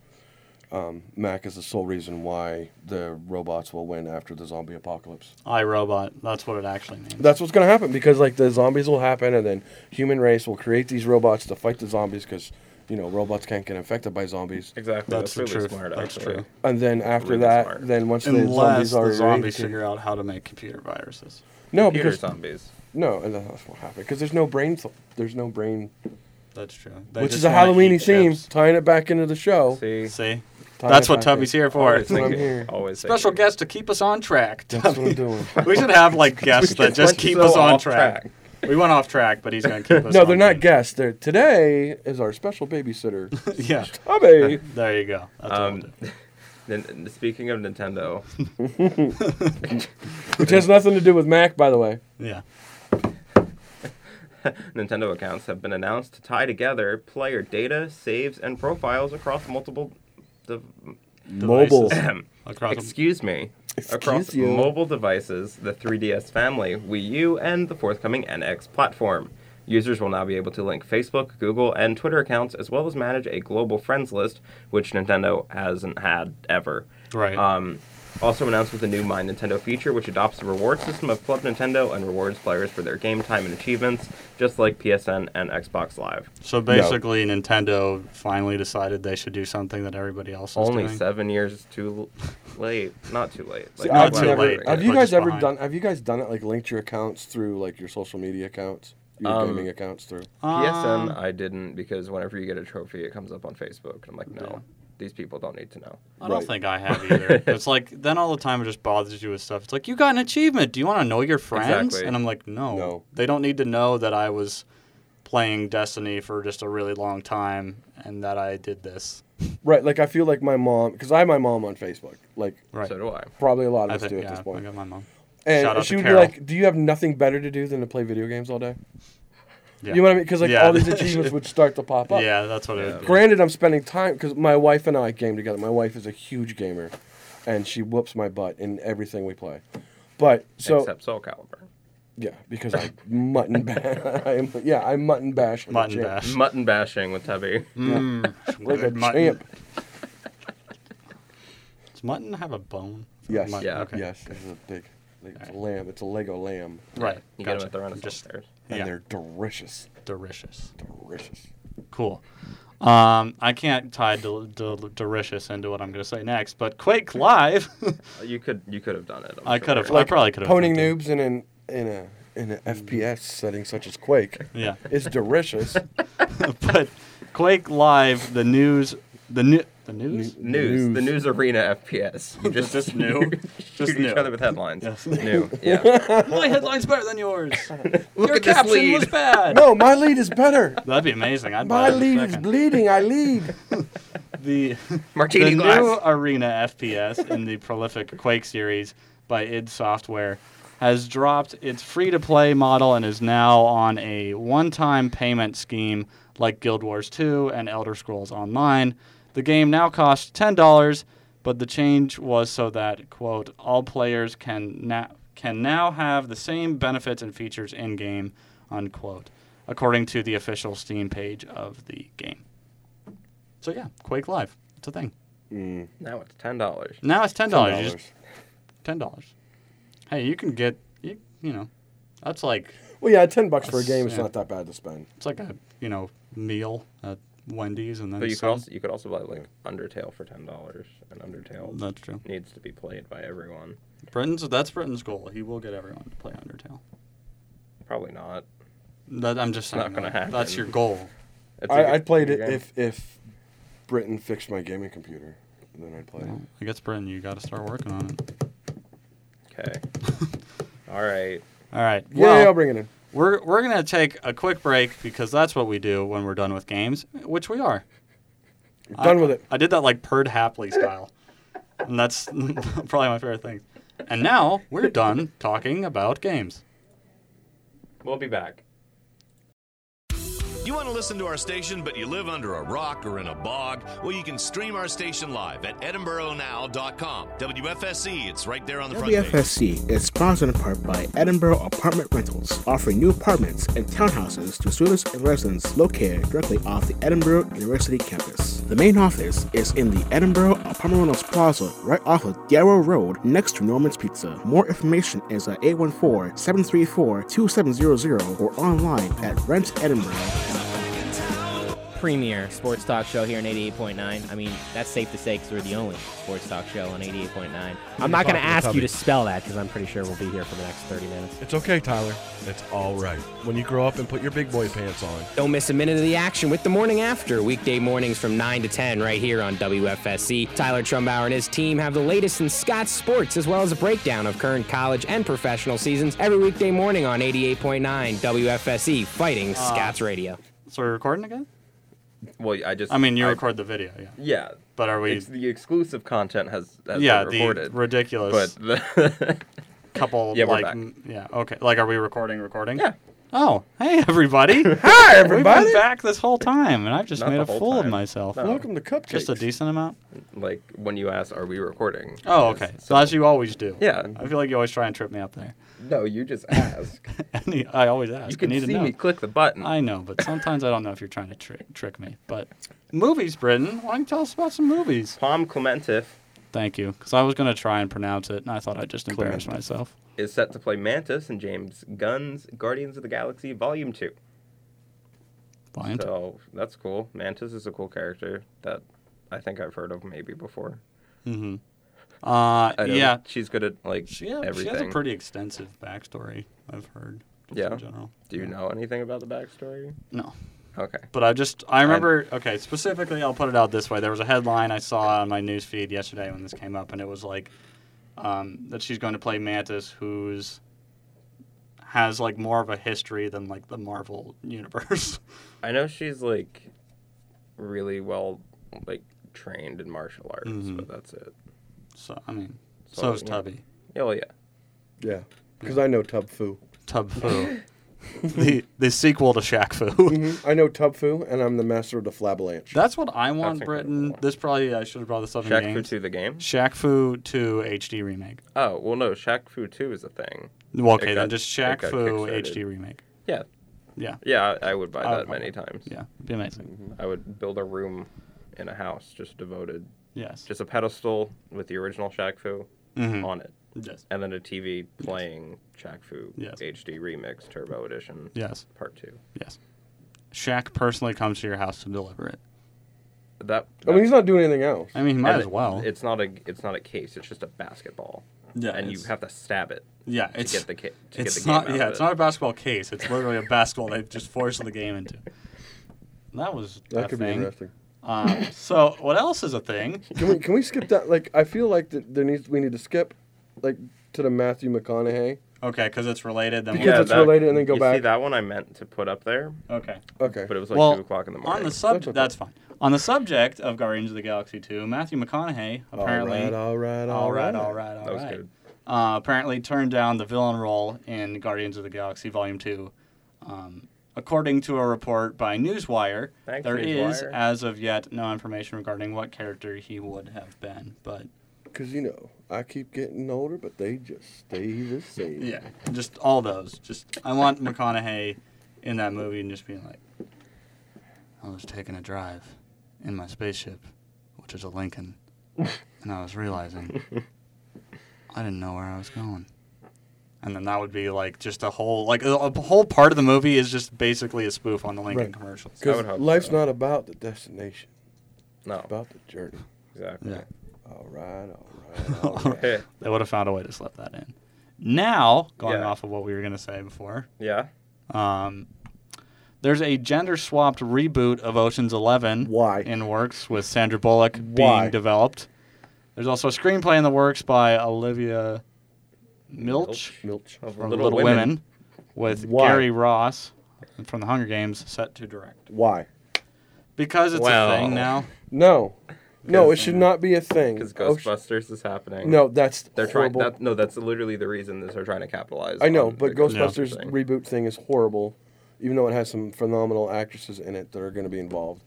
[SPEAKER 7] um, Mac is the sole reason why the robots will win after the zombie apocalypse.
[SPEAKER 1] iRobot. That's what it actually means.
[SPEAKER 7] That's what's gonna happen because like the zombies will happen and then human race will create these robots to fight the zombies because you know robots can't get infected by zombies.
[SPEAKER 2] Exactly.
[SPEAKER 1] That's
[SPEAKER 2] That's,
[SPEAKER 1] the
[SPEAKER 2] really
[SPEAKER 1] truth.
[SPEAKER 2] smart.
[SPEAKER 1] That's
[SPEAKER 2] actually.
[SPEAKER 1] true.
[SPEAKER 7] And then after
[SPEAKER 2] Really
[SPEAKER 7] that,
[SPEAKER 2] smart.
[SPEAKER 7] then once the
[SPEAKER 1] Unless
[SPEAKER 7] zombies are
[SPEAKER 1] the zombies
[SPEAKER 7] eradicated-
[SPEAKER 1] figure out how to make computer viruses.
[SPEAKER 7] no,
[SPEAKER 2] Computer
[SPEAKER 7] Oh, because
[SPEAKER 2] zombies.
[SPEAKER 7] no, and that's what happened because there's no brain. Th- there's no brain,
[SPEAKER 1] That's true. They
[SPEAKER 7] which
[SPEAKER 1] just
[SPEAKER 7] is a
[SPEAKER 1] wanna
[SPEAKER 7] Halloweeny
[SPEAKER 1] eat
[SPEAKER 7] theme,
[SPEAKER 1] chips.
[SPEAKER 7] tying it back into the show.
[SPEAKER 2] See,
[SPEAKER 1] See,
[SPEAKER 7] Tying
[SPEAKER 1] that's
[SPEAKER 7] it
[SPEAKER 1] what
[SPEAKER 7] back
[SPEAKER 1] Tubby's
[SPEAKER 7] in.
[SPEAKER 1] here for.
[SPEAKER 2] always
[SPEAKER 7] That's what Oh, I'm
[SPEAKER 2] thinking.
[SPEAKER 7] here.
[SPEAKER 2] Always
[SPEAKER 1] Special
[SPEAKER 2] thinking.
[SPEAKER 1] guest to keep us on track.
[SPEAKER 7] That's what I'm doing.
[SPEAKER 1] we should have like guests that just
[SPEAKER 2] went
[SPEAKER 1] keep
[SPEAKER 2] so
[SPEAKER 1] us on
[SPEAKER 2] off
[SPEAKER 1] track.
[SPEAKER 2] track.
[SPEAKER 1] We went off track, but he's gonna keep us.
[SPEAKER 7] No,
[SPEAKER 1] on
[SPEAKER 7] they're not
[SPEAKER 1] track.
[SPEAKER 7] guests. They're today is our special babysitter,
[SPEAKER 1] Yeah,
[SPEAKER 7] Tubby.
[SPEAKER 1] there you go. That's what we'll
[SPEAKER 2] Um,
[SPEAKER 1] do.
[SPEAKER 2] Then speaking of Nintendo,
[SPEAKER 7] which has nothing to do with Mac, by the way.
[SPEAKER 1] Yeah,
[SPEAKER 2] Nintendo accounts have been announced to tie together player data, saves, and profiles across multiple. De-
[SPEAKER 7] Mobile.
[SPEAKER 1] Devices. across.
[SPEAKER 2] excuse me. across
[SPEAKER 7] Excuse you.
[SPEAKER 2] mobile devices, the 3DS family, Wii U, and the forthcoming NX platform. Users will now be able to link Facebook, Google, and Twitter accounts, as well as manage a global friends list, which Nintendo hasn't had ever.
[SPEAKER 1] Right.
[SPEAKER 2] Um, also announced with a new My Nintendo feature, which adopts the reward system of Club Nintendo and rewards players for their game time and achievements, just like PSN and Xbox Live.
[SPEAKER 1] so basically, Nintendo finally decided they should do something that everybody else is
[SPEAKER 2] Only
[SPEAKER 1] doing.
[SPEAKER 2] seven years too l- late. Not too late. Like,
[SPEAKER 1] Not
[SPEAKER 7] I've
[SPEAKER 1] too
[SPEAKER 7] never-
[SPEAKER 1] late,
[SPEAKER 7] Have
[SPEAKER 1] but
[SPEAKER 7] you
[SPEAKER 1] just
[SPEAKER 7] guys ever
[SPEAKER 1] behind.
[SPEAKER 7] done? Have you guys done it like linked your accounts through like your social media accounts, your
[SPEAKER 2] Um,
[SPEAKER 7] gaming accounts through?
[SPEAKER 1] Um,
[SPEAKER 2] PSN, I didn't because whenever you get a trophy, it comes up on Facebook, and I'm like, no, these people don't need to know.
[SPEAKER 1] I don't
[SPEAKER 7] Right.
[SPEAKER 1] think I have either. it's like then all the time it just bothers you with stuff. It's like you got an achievement. Do you want to know your friends?
[SPEAKER 2] Exactly.
[SPEAKER 1] And I'm like, no.
[SPEAKER 7] No.
[SPEAKER 1] They don't need to know that I was playing Destiny for just a really long time and that I did this.
[SPEAKER 7] Right, like I feel like my mom, because I have my mom on Facebook, like
[SPEAKER 1] Right.
[SPEAKER 2] So do I.
[SPEAKER 7] probably a lot of
[SPEAKER 1] I
[SPEAKER 7] us
[SPEAKER 1] think,
[SPEAKER 7] do at
[SPEAKER 1] yeah,
[SPEAKER 7] this point.
[SPEAKER 1] I got my mom.
[SPEAKER 7] And
[SPEAKER 1] Shout out
[SPEAKER 7] she
[SPEAKER 1] to
[SPEAKER 7] would
[SPEAKER 1] Carol.
[SPEAKER 7] be like, "Do you have nothing better to do than to play video games all day?"
[SPEAKER 1] Yeah.
[SPEAKER 7] You know what I mean? Because like
[SPEAKER 1] Yeah.
[SPEAKER 7] all these achievements would start to pop up.
[SPEAKER 1] Yeah, that's what it would be.
[SPEAKER 7] Granted, I'm spending time because my wife and I game together. My wife is a huge gamer, and she whoops my butt in everything we play. But so
[SPEAKER 2] Except Soul Calibur.
[SPEAKER 7] yeah, because I mutton bash. I'm, yeah, I mutton bash. like a
[SPEAKER 1] Mutton
[SPEAKER 7] champ.
[SPEAKER 1] bash.
[SPEAKER 2] Mutton bashing with Tubby.
[SPEAKER 1] Mm,
[SPEAKER 7] Like a
[SPEAKER 1] good mutton.
[SPEAKER 7] champ.
[SPEAKER 1] Does mutton have a bone?
[SPEAKER 7] Yes.
[SPEAKER 1] Mutton,
[SPEAKER 2] Yeah.
[SPEAKER 1] Okay.
[SPEAKER 7] Yes. It's a big. Like, it's a lamb. It's a Lego lamb,
[SPEAKER 1] Right.
[SPEAKER 2] You get
[SPEAKER 1] gotcha.
[SPEAKER 2] him at the Renaissance
[SPEAKER 1] Just
[SPEAKER 2] Fairs.
[SPEAKER 7] and
[SPEAKER 1] Yeah.
[SPEAKER 7] they're delicious.
[SPEAKER 1] delicious.
[SPEAKER 7] Delicious.
[SPEAKER 1] Cool. Um, I can't tie del- del- delicious into what I'm going to say next, but Quake Live,
[SPEAKER 2] You could you could have done it. I'm
[SPEAKER 1] I could have,
[SPEAKER 2] sure.
[SPEAKER 1] I probably could have.
[SPEAKER 7] Poning noobs in an in a in a FPS setting such as Quake
[SPEAKER 1] Yeah,
[SPEAKER 7] is delicious.
[SPEAKER 1] but Quake Live, the news, the new, the news.
[SPEAKER 2] News, the news arena FPS. You just
[SPEAKER 1] Just new.
[SPEAKER 2] shoot
[SPEAKER 1] Just
[SPEAKER 2] each
[SPEAKER 1] new.
[SPEAKER 2] other with headlines.
[SPEAKER 1] Yes.
[SPEAKER 2] New. Yeah.
[SPEAKER 1] My headline's better than yours. Your
[SPEAKER 2] at this
[SPEAKER 1] caption
[SPEAKER 2] lead.
[SPEAKER 1] was bad.
[SPEAKER 7] no, my lead is better.
[SPEAKER 1] That'd be amazing. I'd buy
[SPEAKER 7] My
[SPEAKER 1] it in
[SPEAKER 7] lead
[SPEAKER 1] a
[SPEAKER 7] is
[SPEAKER 1] second.
[SPEAKER 7] bleeding. I lead.
[SPEAKER 1] the
[SPEAKER 2] Martini
[SPEAKER 1] the
[SPEAKER 2] glass.
[SPEAKER 1] new Arena FPS in the prolific Quake series by id Software has dropped its free-to-play model and is now on a one-time payment scheme like Guild Wars 2 and Elder Scrolls Online. The game now costs $10, but the change was so that quote all players can now can now have the same benefits and features in game unquote according to the official Steam page of the game. So yeah, Quake Live. It's a thing.
[SPEAKER 2] Now it's ten dollars.
[SPEAKER 1] Now it's ten dollars. Ten dollars. Hey, you can get you, you know, that's like
[SPEAKER 7] Well, yeah, ten bucks for a
[SPEAKER 1] That's-
[SPEAKER 7] game is
[SPEAKER 1] yeah.
[SPEAKER 7] not that bad to spend.
[SPEAKER 1] it's like a you know meal at Wendy's and then.
[SPEAKER 2] But you could
[SPEAKER 1] some.
[SPEAKER 2] also you could also buy like Undertale for ten dollars, and Undertale
[SPEAKER 1] That's true.
[SPEAKER 2] needs to be played by everyone.
[SPEAKER 1] Britain's that's Britain's goal. He will get everyone to play Undertale.
[SPEAKER 2] Probably not.
[SPEAKER 1] That I'm just
[SPEAKER 2] It's not
[SPEAKER 1] saying
[SPEAKER 2] gonna
[SPEAKER 1] that. That's
[SPEAKER 2] happen.
[SPEAKER 1] your goal.
[SPEAKER 2] It's a
[SPEAKER 7] I,
[SPEAKER 2] good-
[SPEAKER 7] I played
[SPEAKER 2] good
[SPEAKER 7] it
[SPEAKER 2] game.
[SPEAKER 7] if if Britain fixed my gaming computer, then I'd play
[SPEAKER 1] Well,
[SPEAKER 7] it.
[SPEAKER 1] I guess Britain, you got to start working on it.
[SPEAKER 2] Okay. All right.
[SPEAKER 1] All right.
[SPEAKER 7] yeah,
[SPEAKER 1] well,
[SPEAKER 7] I'll bring it in.
[SPEAKER 1] We're, we're going to take a quick break because that's what we do when we're done with games, which we are.
[SPEAKER 7] You're done with it.
[SPEAKER 1] I did that like Perd Hapley style. And that's probably my favorite thing. And now we're done talking about games.
[SPEAKER 2] We'll be back.
[SPEAKER 3] You want to listen to our station, but you live under a rock or in a bog? Well, you can stream our station live at edinburghnow.com. WFSC, E, it's right there on the front page.
[SPEAKER 8] WFSC is sponsored in part by Edinburgh Apartment Rentals, offering new apartments and townhouses to students and residents located directly off the Edinburgh University campus. The main office is in the Edinburgh Apartment Rentals Plaza, right off of Darrow Road, next to Norman's Pizza. More information is at 814-734-2700 or online at Rent Edinburgh.
[SPEAKER 9] premier sports talk show here on 88.9. I mean, that's safe to say because we're the only sports talk show on 88.9. I'm not going to ask you to spell that because I'm pretty sure we'll be here for the next 30 minutes.
[SPEAKER 10] It's okay, Tyler. It's all right. When you grow up and put your big boy pants on.
[SPEAKER 9] Don't miss a minute of the action with The Morning After, weekday mornings from 9 to 10 right here on WFSC. Tyler Trumbauer and his team have the latest in Scott's sports as well as a breakdown of current college and professional seasons every weekday morning on 88.9 WFSC E Fighting Scott's Radio.
[SPEAKER 1] So we're recording again?
[SPEAKER 2] Well, I just.
[SPEAKER 1] I mean, you
[SPEAKER 2] I-
[SPEAKER 1] record the video, yeah.
[SPEAKER 2] Yeah.
[SPEAKER 1] But are we.
[SPEAKER 2] It's the exclusive content has, has
[SPEAKER 1] Yeah,
[SPEAKER 2] been
[SPEAKER 1] the
[SPEAKER 2] recorded.
[SPEAKER 1] ridiculous
[SPEAKER 2] but the
[SPEAKER 1] couple,
[SPEAKER 2] Yeah, we're
[SPEAKER 1] like,
[SPEAKER 2] back.
[SPEAKER 1] m- yeah, okay. Like, are we recording, recording?
[SPEAKER 2] yeah,
[SPEAKER 1] Oh, hey, everybody.
[SPEAKER 7] Hi,
[SPEAKER 1] We've
[SPEAKER 7] everybody.
[SPEAKER 1] been back this whole time, and I've just
[SPEAKER 2] Not
[SPEAKER 1] made
[SPEAKER 2] the
[SPEAKER 1] a
[SPEAKER 2] whole
[SPEAKER 1] fool of
[SPEAKER 2] time.
[SPEAKER 1] myself.
[SPEAKER 2] No.
[SPEAKER 7] Welcome to Cupcakes.
[SPEAKER 1] Just a decent amount?
[SPEAKER 2] like when you ask, "Are we recording?"
[SPEAKER 1] Oh,
[SPEAKER 2] Yes,
[SPEAKER 1] okay. So,
[SPEAKER 2] So,
[SPEAKER 1] as you always do.
[SPEAKER 2] Yeah.
[SPEAKER 1] I feel like you always try and trip me up there.
[SPEAKER 2] no, you just ask.
[SPEAKER 1] I always ask.
[SPEAKER 2] you can
[SPEAKER 1] I need to
[SPEAKER 2] see
[SPEAKER 1] know.
[SPEAKER 2] me click the button.
[SPEAKER 1] I know, but sometimes I don't know if you're trying to trick trick me. But movies, Britain. Why don't you tell us about some movies?
[SPEAKER 2] Palm Clementif
[SPEAKER 1] Thank you, because I was gonna try and pronounce it, and I thought I'd just embarrass myself.
[SPEAKER 2] is set to play Mantis in James Gunn's Guardians of the Galaxy Volume Two.
[SPEAKER 1] Blind.
[SPEAKER 2] So that's cool. Mantis is a cool character that I think I've heard of maybe before.
[SPEAKER 1] uh,
[SPEAKER 2] I know
[SPEAKER 1] yeah,
[SPEAKER 2] that she's good at like
[SPEAKER 1] she ha- she
[SPEAKER 2] everything.
[SPEAKER 1] has a pretty extensive backstory. I've heard. just
[SPEAKER 2] Yeah?
[SPEAKER 1] In general.
[SPEAKER 2] Do you know anything about the backstory?
[SPEAKER 1] No.
[SPEAKER 2] Okay.
[SPEAKER 1] But I just I remember okay specifically I'll put it out this way. There was a headline I saw on my news feed yesterday when this came up, and it was like um, that she's going to play Mantis, who's has like more of a history than like the Marvel universe.
[SPEAKER 2] I know she's like really well like trained in martial arts,
[SPEAKER 1] Mm-hmm.
[SPEAKER 2] but that's it.
[SPEAKER 1] So I mean,
[SPEAKER 2] So,
[SPEAKER 1] so, is
[SPEAKER 2] yeah.
[SPEAKER 1] Tubby.
[SPEAKER 2] Yeah, well, yeah.
[SPEAKER 7] Yeah, because I know Tub Foo.
[SPEAKER 1] Tub Fu. the the sequel to Shaq Fu.
[SPEAKER 7] I know Tub Foo, and I'm the master of the flabalanche.
[SPEAKER 1] That's what I want,
[SPEAKER 2] That's
[SPEAKER 1] Britain.
[SPEAKER 2] incredible.
[SPEAKER 1] This probably I should have brought this up
[SPEAKER 2] Shaq
[SPEAKER 1] in
[SPEAKER 2] Fu
[SPEAKER 1] games.
[SPEAKER 2] 2, the game?
[SPEAKER 1] Shaq Fu 2 HD remake.
[SPEAKER 2] Oh, well, no, Shaq Fu 2 is a thing.
[SPEAKER 1] Well, okay,
[SPEAKER 2] It
[SPEAKER 1] then
[SPEAKER 2] got-
[SPEAKER 1] just
[SPEAKER 2] it
[SPEAKER 1] Shaq
[SPEAKER 2] got
[SPEAKER 1] Fu
[SPEAKER 2] kickstarted.
[SPEAKER 1] HD remake.
[SPEAKER 2] Yeah.
[SPEAKER 1] Yeah,
[SPEAKER 2] Yeah, Mm-hmm. I I would buy
[SPEAKER 1] I
[SPEAKER 2] that
[SPEAKER 1] would buy
[SPEAKER 2] many times.
[SPEAKER 1] Oh, yeah, it'd be amazing.
[SPEAKER 2] I would build a room in a house just devoted,
[SPEAKER 1] Yes,
[SPEAKER 2] just a pedestal with the original Shaq Fu on it,
[SPEAKER 1] Mm-hmm. yes,
[SPEAKER 2] and then a TV playing Shaq Fu
[SPEAKER 1] Yes.
[SPEAKER 2] HD Remix Turbo Edition
[SPEAKER 1] yes,
[SPEAKER 2] Part 2.
[SPEAKER 1] yes. Shaq personally comes to your house to deliver it.
[SPEAKER 2] That,
[SPEAKER 7] I mean, he's not doing anything else.
[SPEAKER 1] I mean, he might
[SPEAKER 2] and
[SPEAKER 1] as well.
[SPEAKER 2] It's not a it's not a case. It's just a basketball.
[SPEAKER 1] Yeah,
[SPEAKER 2] and you
[SPEAKER 1] it's-
[SPEAKER 2] have to stab it
[SPEAKER 1] yeah,
[SPEAKER 2] to
[SPEAKER 1] it's
[SPEAKER 2] get the ca- to get
[SPEAKER 1] it's
[SPEAKER 2] the game
[SPEAKER 1] not
[SPEAKER 2] out
[SPEAKER 1] yeah,
[SPEAKER 2] of
[SPEAKER 1] it's
[SPEAKER 2] it.
[SPEAKER 1] not a basketball case. It's literally a basketball they just forced the game into. That was
[SPEAKER 7] That
[SPEAKER 1] a
[SPEAKER 7] could be
[SPEAKER 1] thing.
[SPEAKER 7] interesting.
[SPEAKER 1] Um, so what else is a thing?
[SPEAKER 7] Can we can we skip that? Like, I feel like that there needs we need to skip, like, to the Matthew McConaughey.
[SPEAKER 1] Okay, because it's related. Then
[SPEAKER 7] Because
[SPEAKER 1] we'll-
[SPEAKER 7] it's related and then go
[SPEAKER 2] you
[SPEAKER 7] back.
[SPEAKER 2] See that one I meant to put up there,
[SPEAKER 1] okay.
[SPEAKER 7] Okay.
[SPEAKER 2] but it was like
[SPEAKER 1] well,
[SPEAKER 2] two o'clock in the
[SPEAKER 1] on
[SPEAKER 2] morning.
[SPEAKER 1] the subject,
[SPEAKER 7] okay.
[SPEAKER 1] that's fine. On the subject of Guardians of the Galaxy 2, Matthew McConaughey
[SPEAKER 7] Oh,
[SPEAKER 1] apparently
[SPEAKER 7] all
[SPEAKER 1] all
[SPEAKER 7] right,
[SPEAKER 1] right, all right, all right.
[SPEAKER 2] that was good.
[SPEAKER 1] Uh, apparently turned down the villain role in Guardians of the Galaxy Volume 2. Um, according to a report by Newswire,
[SPEAKER 2] Thanks,
[SPEAKER 1] there is,
[SPEAKER 2] Newswire.
[SPEAKER 1] as of yet, no information regarding what character he would have been. But
[SPEAKER 7] Because you know, I keep getting older, but they just stay the same.
[SPEAKER 1] yeah, just all those. Just I want McConaughey in that movie and just being like, I was taking a drive in my spaceship, which is a Lincoln, and I was realizing I didn't know where I was going. And then that would be like just a whole like a, a whole part of the movie is just basically a spoof on the Lincoln
[SPEAKER 7] Right.
[SPEAKER 1] commercials.
[SPEAKER 2] I would
[SPEAKER 7] Because
[SPEAKER 2] hope
[SPEAKER 7] life's
[SPEAKER 2] so.
[SPEAKER 7] not about the destination; it's
[SPEAKER 2] No,
[SPEAKER 7] about the journey.
[SPEAKER 2] exactly.
[SPEAKER 1] Yeah.
[SPEAKER 7] All right, all right, all right.
[SPEAKER 2] Heh,
[SPEAKER 1] They would have found a way to slip that in. Now, going
[SPEAKER 2] Yeah.
[SPEAKER 1] off of what we were gonna say before,
[SPEAKER 2] yeah.
[SPEAKER 1] Um, there's a gender swapped reboot of Ocean's Eleven.
[SPEAKER 7] Why?
[SPEAKER 1] In works with Sandra Bullock
[SPEAKER 7] Why?
[SPEAKER 1] being developed. There's also a screenplay in the works by Olivia Milch
[SPEAKER 7] Milch.
[SPEAKER 2] Of
[SPEAKER 1] from
[SPEAKER 2] Little, Women.
[SPEAKER 1] with
[SPEAKER 7] Why?
[SPEAKER 1] Gary Ross from The Hunger Games set to direct.
[SPEAKER 7] Why?
[SPEAKER 1] Because it's
[SPEAKER 2] Well.
[SPEAKER 1] a thing now.
[SPEAKER 7] No, no, it should not be a thing.
[SPEAKER 2] Because
[SPEAKER 7] Oh, sh-
[SPEAKER 2] Ghostbusters is happening.
[SPEAKER 7] no, that's
[SPEAKER 2] they're trying.
[SPEAKER 7] horrible.
[SPEAKER 2] That, no, that's literally the reason that they're trying to capitalize.
[SPEAKER 7] I know,
[SPEAKER 2] on
[SPEAKER 7] but
[SPEAKER 2] the
[SPEAKER 7] Ghostbusters
[SPEAKER 2] thing.
[SPEAKER 7] reboot thing is horrible, even though it has some phenomenal actresses in it that are going to be involved.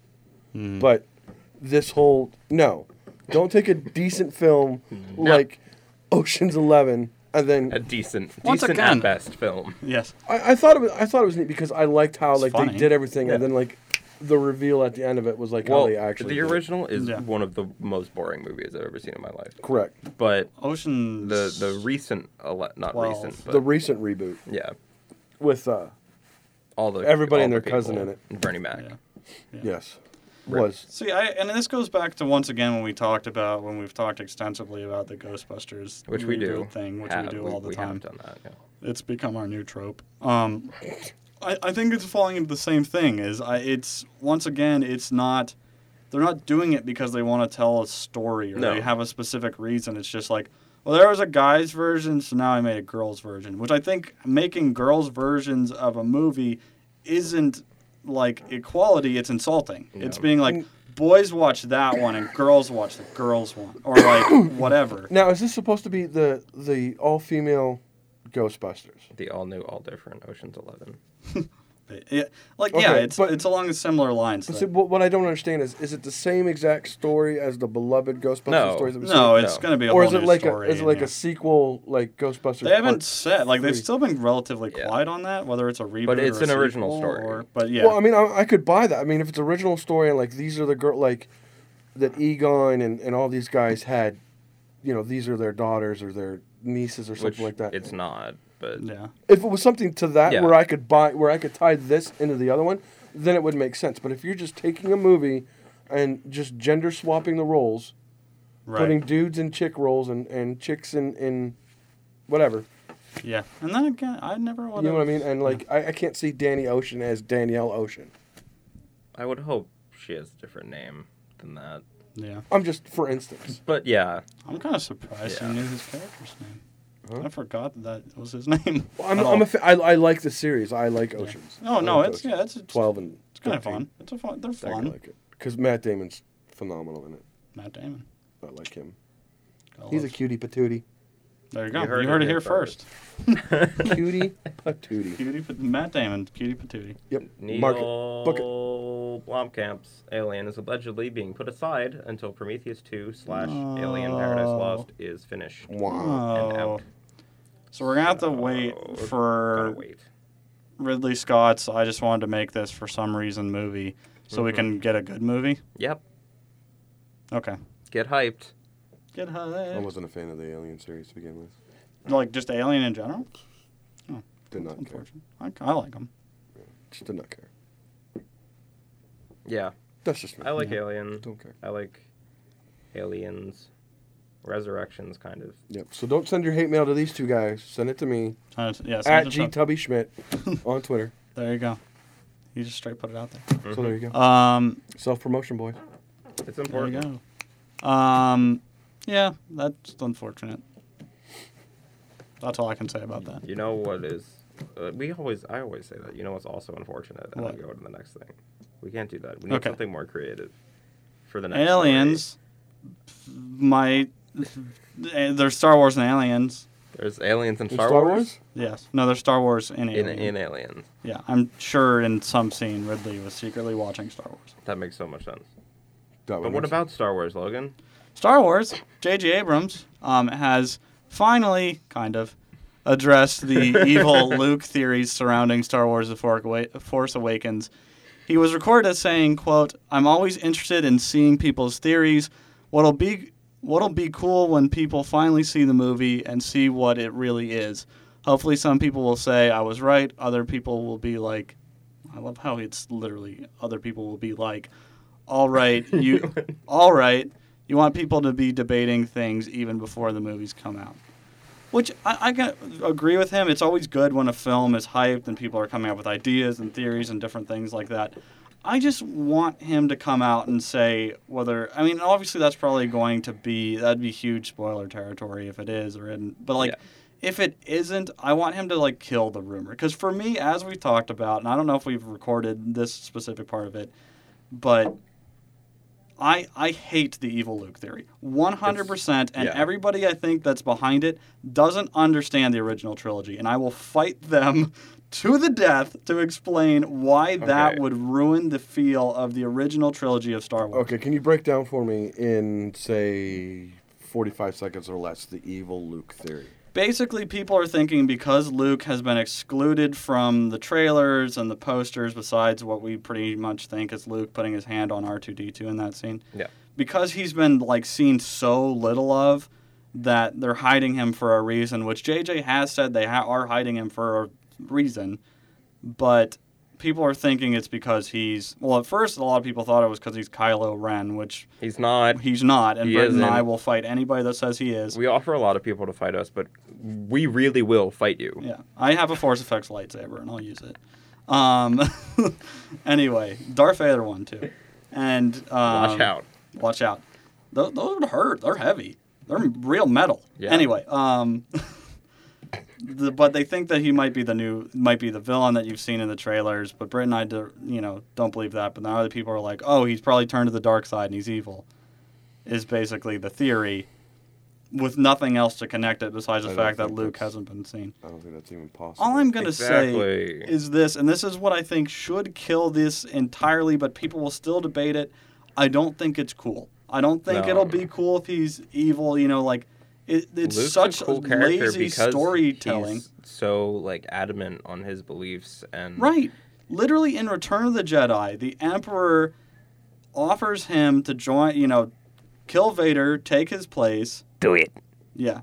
[SPEAKER 2] Hmm.
[SPEAKER 7] But this whole no, don't take a decent film like Ocean's Eleven and then
[SPEAKER 2] a decent,
[SPEAKER 1] Once
[SPEAKER 2] decent
[SPEAKER 1] again-
[SPEAKER 2] at best film.
[SPEAKER 1] Yes.
[SPEAKER 7] I, I thought it was I thought it was neat because I liked how like
[SPEAKER 1] funny.
[SPEAKER 7] they did everything and
[SPEAKER 2] Yeah.
[SPEAKER 7] then like the reveal at the end of it was like
[SPEAKER 2] Well,
[SPEAKER 7] how they actually
[SPEAKER 2] the
[SPEAKER 7] did it.
[SPEAKER 2] original is
[SPEAKER 1] Yeah.
[SPEAKER 2] one of the most boring movies I've ever seen in my life.
[SPEAKER 7] correct
[SPEAKER 2] But
[SPEAKER 1] Ocean's
[SPEAKER 2] the the recent, ele- not
[SPEAKER 1] Twelve.
[SPEAKER 2] recent, but
[SPEAKER 7] the recent reboot
[SPEAKER 2] yeah,
[SPEAKER 7] with uh
[SPEAKER 2] all the
[SPEAKER 7] Everybody
[SPEAKER 2] all
[SPEAKER 7] and
[SPEAKER 2] the
[SPEAKER 7] their cousin
[SPEAKER 2] people.
[SPEAKER 7] in it.
[SPEAKER 2] And Bernie Mac.
[SPEAKER 1] Yeah.
[SPEAKER 7] yes was
[SPEAKER 1] See, I, and this goes back to once again when we talked about when we've talked extensively about the Ghostbusters
[SPEAKER 2] Which we do.
[SPEAKER 1] reboot thing, which
[SPEAKER 2] have-
[SPEAKER 1] we do all the
[SPEAKER 2] we
[SPEAKER 1] time.
[SPEAKER 2] Have done that, yeah.
[SPEAKER 1] it's become our new trope. Um, I, I think it's falling into the same thing. Is I, it's once again, it's not. They're not doing it because they want to tell a story or
[SPEAKER 2] No.
[SPEAKER 1] they have a specific reason. It's just like, well, there was a guy's version, so now I made a girl's version. Which I think making girls' versions of a movie isn't like equality. It's insulting. It's being
[SPEAKER 7] Mm.
[SPEAKER 1] like. Boys watch that one and girls watch the girls one or like whatever.
[SPEAKER 7] now is this supposed to be the the all female Ghostbusters
[SPEAKER 2] The all new, all different Ocean's Eleven.
[SPEAKER 1] It- like yeah,
[SPEAKER 7] Okay,
[SPEAKER 1] it's
[SPEAKER 7] but-
[SPEAKER 1] it's along the similar lines.
[SPEAKER 7] But
[SPEAKER 1] that-
[SPEAKER 7] see, what, what I don't understand is, is it the same exact story as the beloved Ghostbusters
[SPEAKER 2] No.
[SPEAKER 7] stories that we
[SPEAKER 1] No,
[SPEAKER 2] No.
[SPEAKER 1] it's going to be
[SPEAKER 7] see?
[SPEAKER 1] a
[SPEAKER 7] Or
[SPEAKER 1] whole
[SPEAKER 7] is it
[SPEAKER 1] new
[SPEAKER 7] like
[SPEAKER 1] story.
[SPEAKER 7] a is it
[SPEAKER 1] and,
[SPEAKER 7] like
[SPEAKER 1] yeah.
[SPEAKER 7] a sequel like Ghostbusters?
[SPEAKER 1] They haven't
[SPEAKER 7] part
[SPEAKER 1] said like they've
[SPEAKER 7] three?
[SPEAKER 1] still been relatively
[SPEAKER 2] Yeah.
[SPEAKER 1] quiet on that, whether it's a reboot.
[SPEAKER 2] But it's
[SPEAKER 1] or a
[SPEAKER 2] an original
[SPEAKER 1] sequel
[SPEAKER 2] story.
[SPEAKER 1] Or, but yeah,
[SPEAKER 7] Well, I mean, I, I could buy that. I mean, if it's original story and like these are the girl like that Egon and and all these guys had, you know, these are their daughters or their nieces or
[SPEAKER 2] Which
[SPEAKER 7] something like that.
[SPEAKER 2] it's not, but
[SPEAKER 1] yeah,
[SPEAKER 7] if it was something to that
[SPEAKER 2] Yeah.
[SPEAKER 7] where I could buy where I could tie this into the other one, then it would make sense. But if you're just taking a movie and just gender swapping the roles.
[SPEAKER 1] right.
[SPEAKER 7] putting dudes in chick roles and, and chicks in, in whatever.
[SPEAKER 1] yeah, and then again, I never.
[SPEAKER 7] You know what I mean? And like, I, I can't see Danny Ocean as Danielle Ocean.
[SPEAKER 2] I would hope she has a different name than that.
[SPEAKER 1] Yeah,
[SPEAKER 7] I'm just, for instance.
[SPEAKER 2] But yeah,
[SPEAKER 1] I'm kind of surprised
[SPEAKER 2] Yeah.
[SPEAKER 1] you knew his character's name. I forgot that that was his name.
[SPEAKER 7] Well, I'm,
[SPEAKER 1] at
[SPEAKER 7] I'm a
[SPEAKER 1] all.
[SPEAKER 7] fa- I, I like the series. I like Oceans.
[SPEAKER 1] No,
[SPEAKER 7] I
[SPEAKER 1] no,
[SPEAKER 7] like
[SPEAKER 1] it's
[SPEAKER 7] Oceans.
[SPEAKER 1] yeah, it's, it's
[SPEAKER 7] Oh, twelve and
[SPEAKER 1] It's kind of
[SPEAKER 7] 13.
[SPEAKER 1] fun. It's a fun. They're
[SPEAKER 7] I
[SPEAKER 1] fun.
[SPEAKER 7] like it because Matt Damon's phenomenal in it.
[SPEAKER 1] Matt Damon.
[SPEAKER 7] I like him.
[SPEAKER 1] Gotta
[SPEAKER 7] He's a
[SPEAKER 1] love-
[SPEAKER 7] cutie patootie.
[SPEAKER 1] There you go. You heard, it, here first.
[SPEAKER 7] Cutie patootie.
[SPEAKER 1] Cutie, pat- Matt Damon, cutie patootie.
[SPEAKER 7] Yep.
[SPEAKER 2] Neil
[SPEAKER 7] Mark it. Book it.
[SPEAKER 2] Blomkamp's Alien is allegedly being put aside until Prometheus 2 slash Alien Paradise Lost is finished.
[SPEAKER 7] Wow.
[SPEAKER 2] And
[SPEAKER 1] Oh,
[SPEAKER 2] out.
[SPEAKER 1] so we're gonna have to wait
[SPEAKER 2] Oh,
[SPEAKER 1] for
[SPEAKER 2] Gotta wait.
[SPEAKER 1] Ridley Scott's. I just wanted to make this for some reason movie, so
[SPEAKER 7] Mm-hmm.
[SPEAKER 1] we can get a good movie.
[SPEAKER 2] Yep.
[SPEAKER 1] Okay.
[SPEAKER 2] Get hyped.
[SPEAKER 1] Get
[SPEAKER 7] I
[SPEAKER 1] high.
[SPEAKER 7] wasn't a fan of the Alien series to begin with.
[SPEAKER 1] Like just Alien in general.
[SPEAKER 7] Did not care.
[SPEAKER 1] Unfortunate. I, I like them.
[SPEAKER 7] Just did not care.
[SPEAKER 2] Yeah.
[SPEAKER 7] That's just me.
[SPEAKER 2] I like Alien.
[SPEAKER 7] Don't care.
[SPEAKER 2] I like Aliens. Resurrections, kind of.
[SPEAKER 7] Yep. So don't send your hate mail to these two guys. Send it to me
[SPEAKER 1] Uh, it's- yeah,
[SPEAKER 7] at
[SPEAKER 1] Sons
[SPEAKER 7] G
[SPEAKER 1] of Chuck.
[SPEAKER 7] Tubby Schmidt on Twitter.
[SPEAKER 1] There you go. You just straight put it out there.
[SPEAKER 7] So there
[SPEAKER 2] Mm-hmm.
[SPEAKER 7] you go.
[SPEAKER 1] Um,
[SPEAKER 7] Self promotion, boys.
[SPEAKER 2] It's
[SPEAKER 1] there
[SPEAKER 2] important.
[SPEAKER 1] you go. Um, yeah, that's unfortunate. That's all I can say about that.
[SPEAKER 2] You know what is? Uh, we always, I always say that. You know what's also unfortunate, and
[SPEAKER 1] What?
[SPEAKER 2] I go to the next thing. We can't do that. We need
[SPEAKER 1] Okay.
[SPEAKER 2] something more creative for the next.
[SPEAKER 1] Aliens might. eh, There's Star Wars and Aliens.
[SPEAKER 2] story. There's aliens in
[SPEAKER 7] In
[SPEAKER 2] Star, Wars.
[SPEAKER 1] Yes. No, there's Star Wars and
[SPEAKER 2] In
[SPEAKER 1] Aliens.
[SPEAKER 2] in Alien.
[SPEAKER 1] Yeah, I'm sure in some scene Ridley was secretly watching Star Wars.
[SPEAKER 2] That makes so much sense.
[SPEAKER 7] That would
[SPEAKER 2] But what
[SPEAKER 7] make-
[SPEAKER 2] about Star Wars, Logan?
[SPEAKER 1] Star Wars, J.J. Abrams um, has finally, kind of, addressed the evil Luke theories surrounding Star Wars The Fork Awa- Force Awakens. He was recorded as saying, quote, I'm always interested in seeing people's theories. What'll be what'll be cool when people finally see the movie and see what it really is. Hopefully some people will say I was right, other people will be like I love how it's literally other people will be like, All right, you all right. You want people to be debating things even before the movies come out. Which I, I can agree with him. It's always good when a film is hyped and people are coming up with ideas and theories and different things like that. I just want him to come out and say whether I mean obviously that's probably going to be that'd be huge spoiler territory if it is or isn't. But like
[SPEAKER 2] Yeah.
[SPEAKER 1] if it isn't, I want him to like kill the rumor because for me, as we talked about, and I don't know if we've recorded this specific part of it, but I I hate the evil Luke theory. 100% and
[SPEAKER 2] yeah.
[SPEAKER 1] everybody I think that's behind it doesn't understand the original trilogy and I will fight them to the death to explain why that
[SPEAKER 2] Okay.
[SPEAKER 1] would ruin the feel of the original trilogy of Star Wars.
[SPEAKER 7] Okay, can you break down for me in say 45 seconds or less the evil Luke theory?
[SPEAKER 1] basically people are thinking because Luke has been excluded from the trailers and the posters besides what we pretty much think is Luke putting his hand on R2D2 in that scene.
[SPEAKER 2] Yeah.
[SPEAKER 1] Because he's been like seen so little of that they're hiding him for a reason, which JJ has said they ha- are hiding him for a reason, but people are thinking it's because he's well at first a lot of people thought it was because he's Kylo Ren, which
[SPEAKER 2] He's not.
[SPEAKER 1] he's not, and
[SPEAKER 2] He
[SPEAKER 1] Britt and I
[SPEAKER 2] isn't.
[SPEAKER 1] will fight anybody that says he is.
[SPEAKER 2] we offer a lot of people to fight us, but we really will fight you.
[SPEAKER 1] Yeah, I have a Force Effects lightsaber, and I'll use it. Um, anyway, Darth Vader one too, and um,
[SPEAKER 2] Watch out.
[SPEAKER 1] Watch out. Tho- those would hurt. They're heavy. They're real metal.
[SPEAKER 2] Yeah.
[SPEAKER 1] Anyway, um, the, but they think that he might be the new, might be the villain that you've seen in the trailers. But Britt and I, do, you know, don't believe that. But then other people are like, oh, he's probably turned to the dark side and he's evil. Is basically the theory, with nothing else to connect it besides the
[SPEAKER 7] I don't
[SPEAKER 1] fact that
[SPEAKER 7] think
[SPEAKER 1] Luke
[SPEAKER 7] that's-
[SPEAKER 1] hasn't been seen.
[SPEAKER 7] I don't think that's even possible.
[SPEAKER 1] All I'm going to
[SPEAKER 2] Exactly.
[SPEAKER 1] say is this, and this is what I think should kill this entirely, but people will still debate it. I don't think it's cool. I don't think
[SPEAKER 2] No.
[SPEAKER 1] it'll be cool if he's evil. You know, like it, it's
[SPEAKER 2] Luke's
[SPEAKER 1] such
[SPEAKER 2] a cool character
[SPEAKER 1] lazy
[SPEAKER 2] because
[SPEAKER 1] storytelling.
[SPEAKER 2] He's so like adamant on his beliefs and
[SPEAKER 1] Right. Literally in Return of the Jedi, the Emperor offers him to join, you know, kill Vader, take his place.
[SPEAKER 2] Do it.
[SPEAKER 1] Yeah.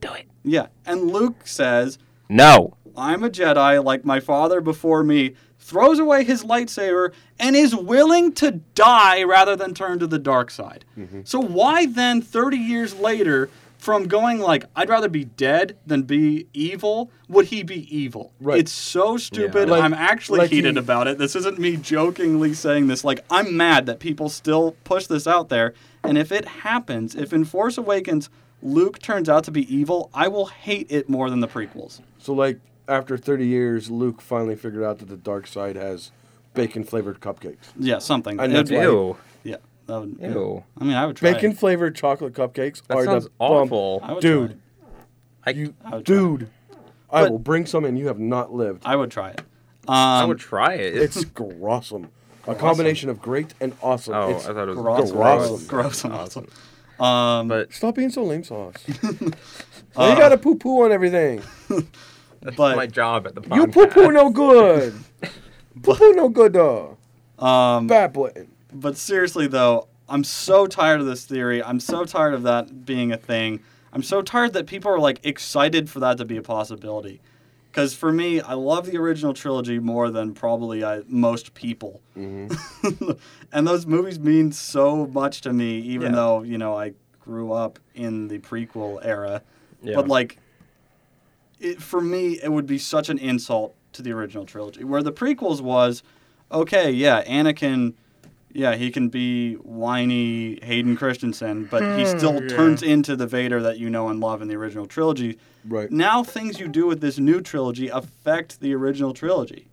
[SPEAKER 2] Do it.
[SPEAKER 1] Yeah. And Luke says,
[SPEAKER 2] No.
[SPEAKER 1] I'm a Jedi like my father before me, throws away his lightsaber, and is willing to die rather than turn to the dark side.
[SPEAKER 7] Mm-hmm.
[SPEAKER 1] So, why then, 30 years later, from going like, I'd rather be dead than be evil, would he be evil?
[SPEAKER 7] Right.
[SPEAKER 1] It's so stupid.
[SPEAKER 7] Like-
[SPEAKER 1] I'm actually
[SPEAKER 7] like
[SPEAKER 1] heated
[SPEAKER 7] he-
[SPEAKER 1] about it. This isn't me jokingly saying this. Like, I'm mad that people still push this out there. And if it happens, if in Force Awakens Luke turns out to be evil, I will hate it more than the prequels.
[SPEAKER 7] So like after 30 years Luke finally figured out that the dark side has bacon flavored cupcakes.
[SPEAKER 1] Yeah, something.
[SPEAKER 7] And
[SPEAKER 1] It'd
[SPEAKER 7] that's
[SPEAKER 1] be-
[SPEAKER 7] why-
[SPEAKER 2] Ew.
[SPEAKER 1] Yeah. That would,
[SPEAKER 2] Ew.
[SPEAKER 1] I mean, I would try. it.
[SPEAKER 7] Bacon flavored chocolate cupcakes
[SPEAKER 2] That
[SPEAKER 7] are
[SPEAKER 2] sounds
[SPEAKER 7] the bomb.
[SPEAKER 2] awful.
[SPEAKER 1] I would
[SPEAKER 7] Dude,
[SPEAKER 1] try it.
[SPEAKER 2] I,
[SPEAKER 7] You,
[SPEAKER 1] I would try it.
[SPEAKER 7] dude, I
[SPEAKER 1] But-
[SPEAKER 7] will bring some and you have not lived.
[SPEAKER 1] I would try it. Um,
[SPEAKER 2] I would try it.
[SPEAKER 7] It's grossum. A combination of great and awesome.
[SPEAKER 2] oh, I
[SPEAKER 7] it's
[SPEAKER 2] thought it was
[SPEAKER 1] gross,
[SPEAKER 7] gross.
[SPEAKER 1] gross, gross, and awesome. Um,
[SPEAKER 2] But
[SPEAKER 7] Stop being so lame sauce. now
[SPEAKER 2] Uh,
[SPEAKER 7] you gotta poo poo on everything.
[SPEAKER 2] that's
[SPEAKER 1] but-
[SPEAKER 2] my job at the podcast.
[SPEAKER 7] You poo poo no good. poo poo no good dog.
[SPEAKER 1] um,
[SPEAKER 7] Bad boy.
[SPEAKER 1] But seriously, though, I'm so tired of this theory. I'm so tired of that being a thing. I'm so tired that people are like excited for that to be a possibility. Because for me, I love the original trilogy more than probably I, most people.
[SPEAKER 2] Mm-hmm.
[SPEAKER 1] and those movies mean so much to me, even
[SPEAKER 2] Yeah.
[SPEAKER 1] though, you know, I grew up in the prequel era.
[SPEAKER 2] Yeah.
[SPEAKER 1] But like, it, for me, it would be such an insult to the original trilogy. Where the prequels was, okay, yeah, Anakin, yeah, he can be whiny Hayden Christensen, but he still turns into the Vader that you know and love in the original trilogy.
[SPEAKER 7] Right.
[SPEAKER 1] Now things you do with this new trilogy affect the original trilogy.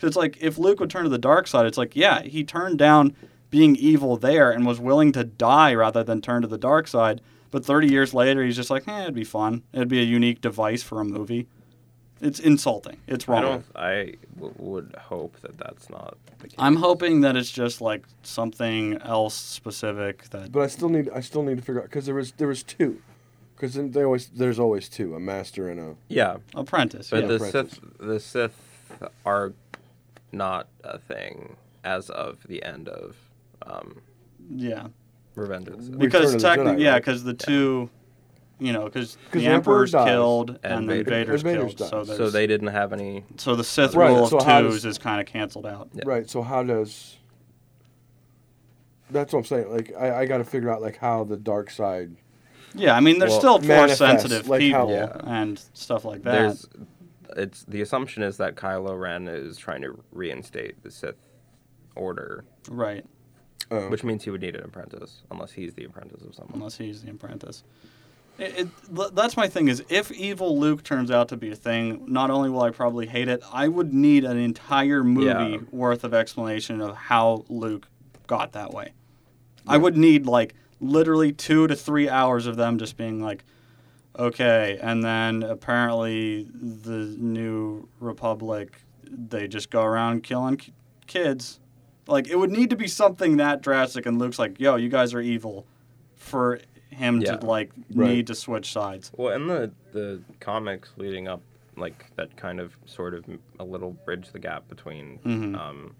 [SPEAKER 1] So it's like if Luke would turn to the dark side, it's like, yeah, he turned down being evil there and was willing to die rather than turn to the dark side. But 30 years later, he's just like, eh, it'd be fun. It'd be a unique device for a movie. It's insulting. It's
[SPEAKER 2] I,
[SPEAKER 1] wrong.
[SPEAKER 2] don't, I w- would hope that that's not the case.
[SPEAKER 1] I'm hoping that it's just like something else specific that.
[SPEAKER 7] But I still need I still need to figure out because there was there was two. Because they always there's always two a master and a
[SPEAKER 2] Yeah,
[SPEAKER 1] Apprentice.
[SPEAKER 2] but
[SPEAKER 1] yeah.
[SPEAKER 2] the
[SPEAKER 7] Francis.
[SPEAKER 2] Sith, the Sith are not a thing as of the end of um,
[SPEAKER 1] yeah.
[SPEAKER 2] Revenge of the Sith.
[SPEAKER 7] We- Return
[SPEAKER 1] Because
[SPEAKER 7] of the Jedi,
[SPEAKER 1] technically, yeah,
[SPEAKER 7] right?
[SPEAKER 1] because the two, you know, because the
[SPEAKER 7] the Emperor
[SPEAKER 1] Emperor's
[SPEAKER 7] dies.
[SPEAKER 1] killed
[SPEAKER 2] And
[SPEAKER 1] and, then
[SPEAKER 2] Vader.
[SPEAKER 1] Vader's,
[SPEAKER 7] And Vader's
[SPEAKER 1] killed.
[SPEAKER 7] dies.
[SPEAKER 1] So,
[SPEAKER 2] So
[SPEAKER 1] there's-
[SPEAKER 2] they didn't have any.
[SPEAKER 1] so the Sith
[SPEAKER 7] Right,
[SPEAKER 1] rule of
[SPEAKER 7] so how
[SPEAKER 1] twos
[SPEAKER 7] does-
[SPEAKER 1] is kind of canceled out.
[SPEAKER 2] Yeah.
[SPEAKER 7] Right. So how does? That's what I'm saying. Like I, I got to figure out like how the dark side.
[SPEAKER 1] Yeah, I mean, they're
[SPEAKER 2] Well,
[SPEAKER 1] still force
[SPEAKER 7] manifest,
[SPEAKER 1] sensitive
[SPEAKER 7] like how-
[SPEAKER 1] people and stuff like that.
[SPEAKER 2] There's, it's the assumption is that Kylo Ren is trying to reinstate the Sith order,
[SPEAKER 1] right, Oh.
[SPEAKER 7] Um,
[SPEAKER 2] which means he would need an apprentice, unless he's the apprentice of someone.
[SPEAKER 1] unless he's the apprentice. It, it, th- that's my thing is if evil Luke turns out to be a thing, not only will I probably hate it, I would need an entire movie
[SPEAKER 2] Yeah.
[SPEAKER 1] worth of explanation of how Luke got that way. I would need like literally two to three hours of them just being like, okay, and then apparently the new Republic, they just go around killing k- kids. Like it would need to be something that drastic, and Luke's like, yo, you guys are evil, for him
[SPEAKER 2] Yeah.
[SPEAKER 1] to like
[SPEAKER 7] Right.
[SPEAKER 1] need to switch sides.
[SPEAKER 2] Well, in the the comics leading up, like that kind of sort of m- a little bridge the gap between
[SPEAKER 1] Mm-hmm.
[SPEAKER 2] um,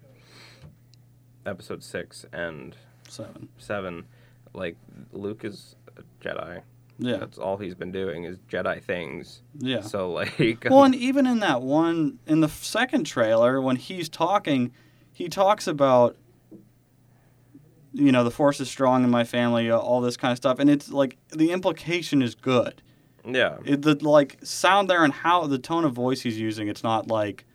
[SPEAKER 2] episode six and
[SPEAKER 1] Seven.
[SPEAKER 2] seven. Like Luke is a Jedi.
[SPEAKER 1] Yeah.
[SPEAKER 2] That's all he's been doing is Jedi things.
[SPEAKER 1] Yeah.
[SPEAKER 2] So like,
[SPEAKER 1] Well, and even in that one, in the second trailer, when he's talking, he talks about, you know, the force is strong in my family, uh, all this kind of stuff, and it's like the implication is good.
[SPEAKER 2] yeah,
[SPEAKER 1] It, the like sound there and how the tone of voice he's using, it's not like,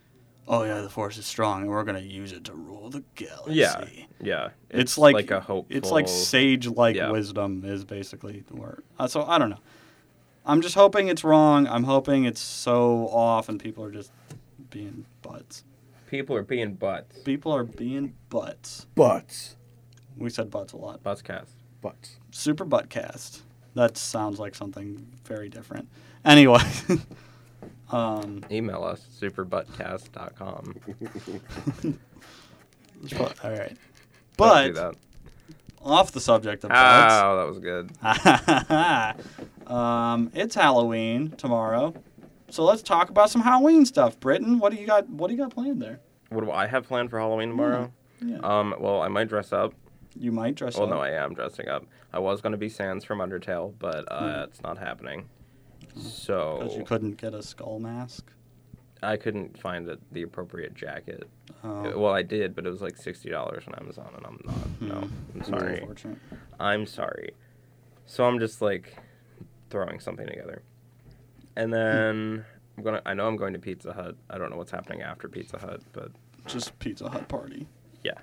[SPEAKER 1] oh yeah, the force is strong and we're gonna use it to rule the galaxy.
[SPEAKER 2] yeah, yeah.
[SPEAKER 1] It's, like,
[SPEAKER 2] a hope.
[SPEAKER 1] It's like sage like
[SPEAKER 2] Yeah.
[SPEAKER 1] wisdom is basically the word. Uh, so I don't know. I'm just hoping it's wrong. I'm hoping it's so off and people are just being butts.
[SPEAKER 2] people are being butts.
[SPEAKER 1] People are being butts.
[SPEAKER 7] But
[SPEAKER 1] We said butts a lot.
[SPEAKER 2] Butts cast.
[SPEAKER 7] but
[SPEAKER 1] Super butt cast. That sounds like something very different. Anyway, um,
[SPEAKER 2] Email us superbuttcast.com.
[SPEAKER 1] all right.
[SPEAKER 2] Don't do
[SPEAKER 1] But
[SPEAKER 2] that.
[SPEAKER 1] off the subject of butts.
[SPEAKER 2] Oh, that was good. Oh.
[SPEAKER 1] um, it's Halloween tomorrow, so let's talk about some Halloween stuff. Britton, what do you got? What do you got planned there?
[SPEAKER 2] What do I have planned for Halloween tomorrow?
[SPEAKER 1] Yeah.
[SPEAKER 2] Um, well, I might dress up.
[SPEAKER 1] You might dress
[SPEAKER 2] Well,
[SPEAKER 1] up.
[SPEAKER 2] no, I am dressing up. I was gonna be Sans from Undertale, but uh, it's not happening.
[SPEAKER 1] because Hmm. you
[SPEAKER 2] So
[SPEAKER 1] couldn't get a skull mask.
[SPEAKER 2] I couldn't find the, the appropriate jacket.
[SPEAKER 1] Oh,
[SPEAKER 2] Uh, Well, I did, but it was like sixty dollars on Amazon, and I'm not. No, I'm
[SPEAKER 1] that's
[SPEAKER 2] sorry.
[SPEAKER 1] unfortunate.
[SPEAKER 2] I'm sorry. So I'm just like throwing something together, and then I'm gonna. I know I'm going to Pizza Hut. I don't know what's happening after Pizza Hut, but
[SPEAKER 1] Just Pizza Hut party.
[SPEAKER 2] yeah,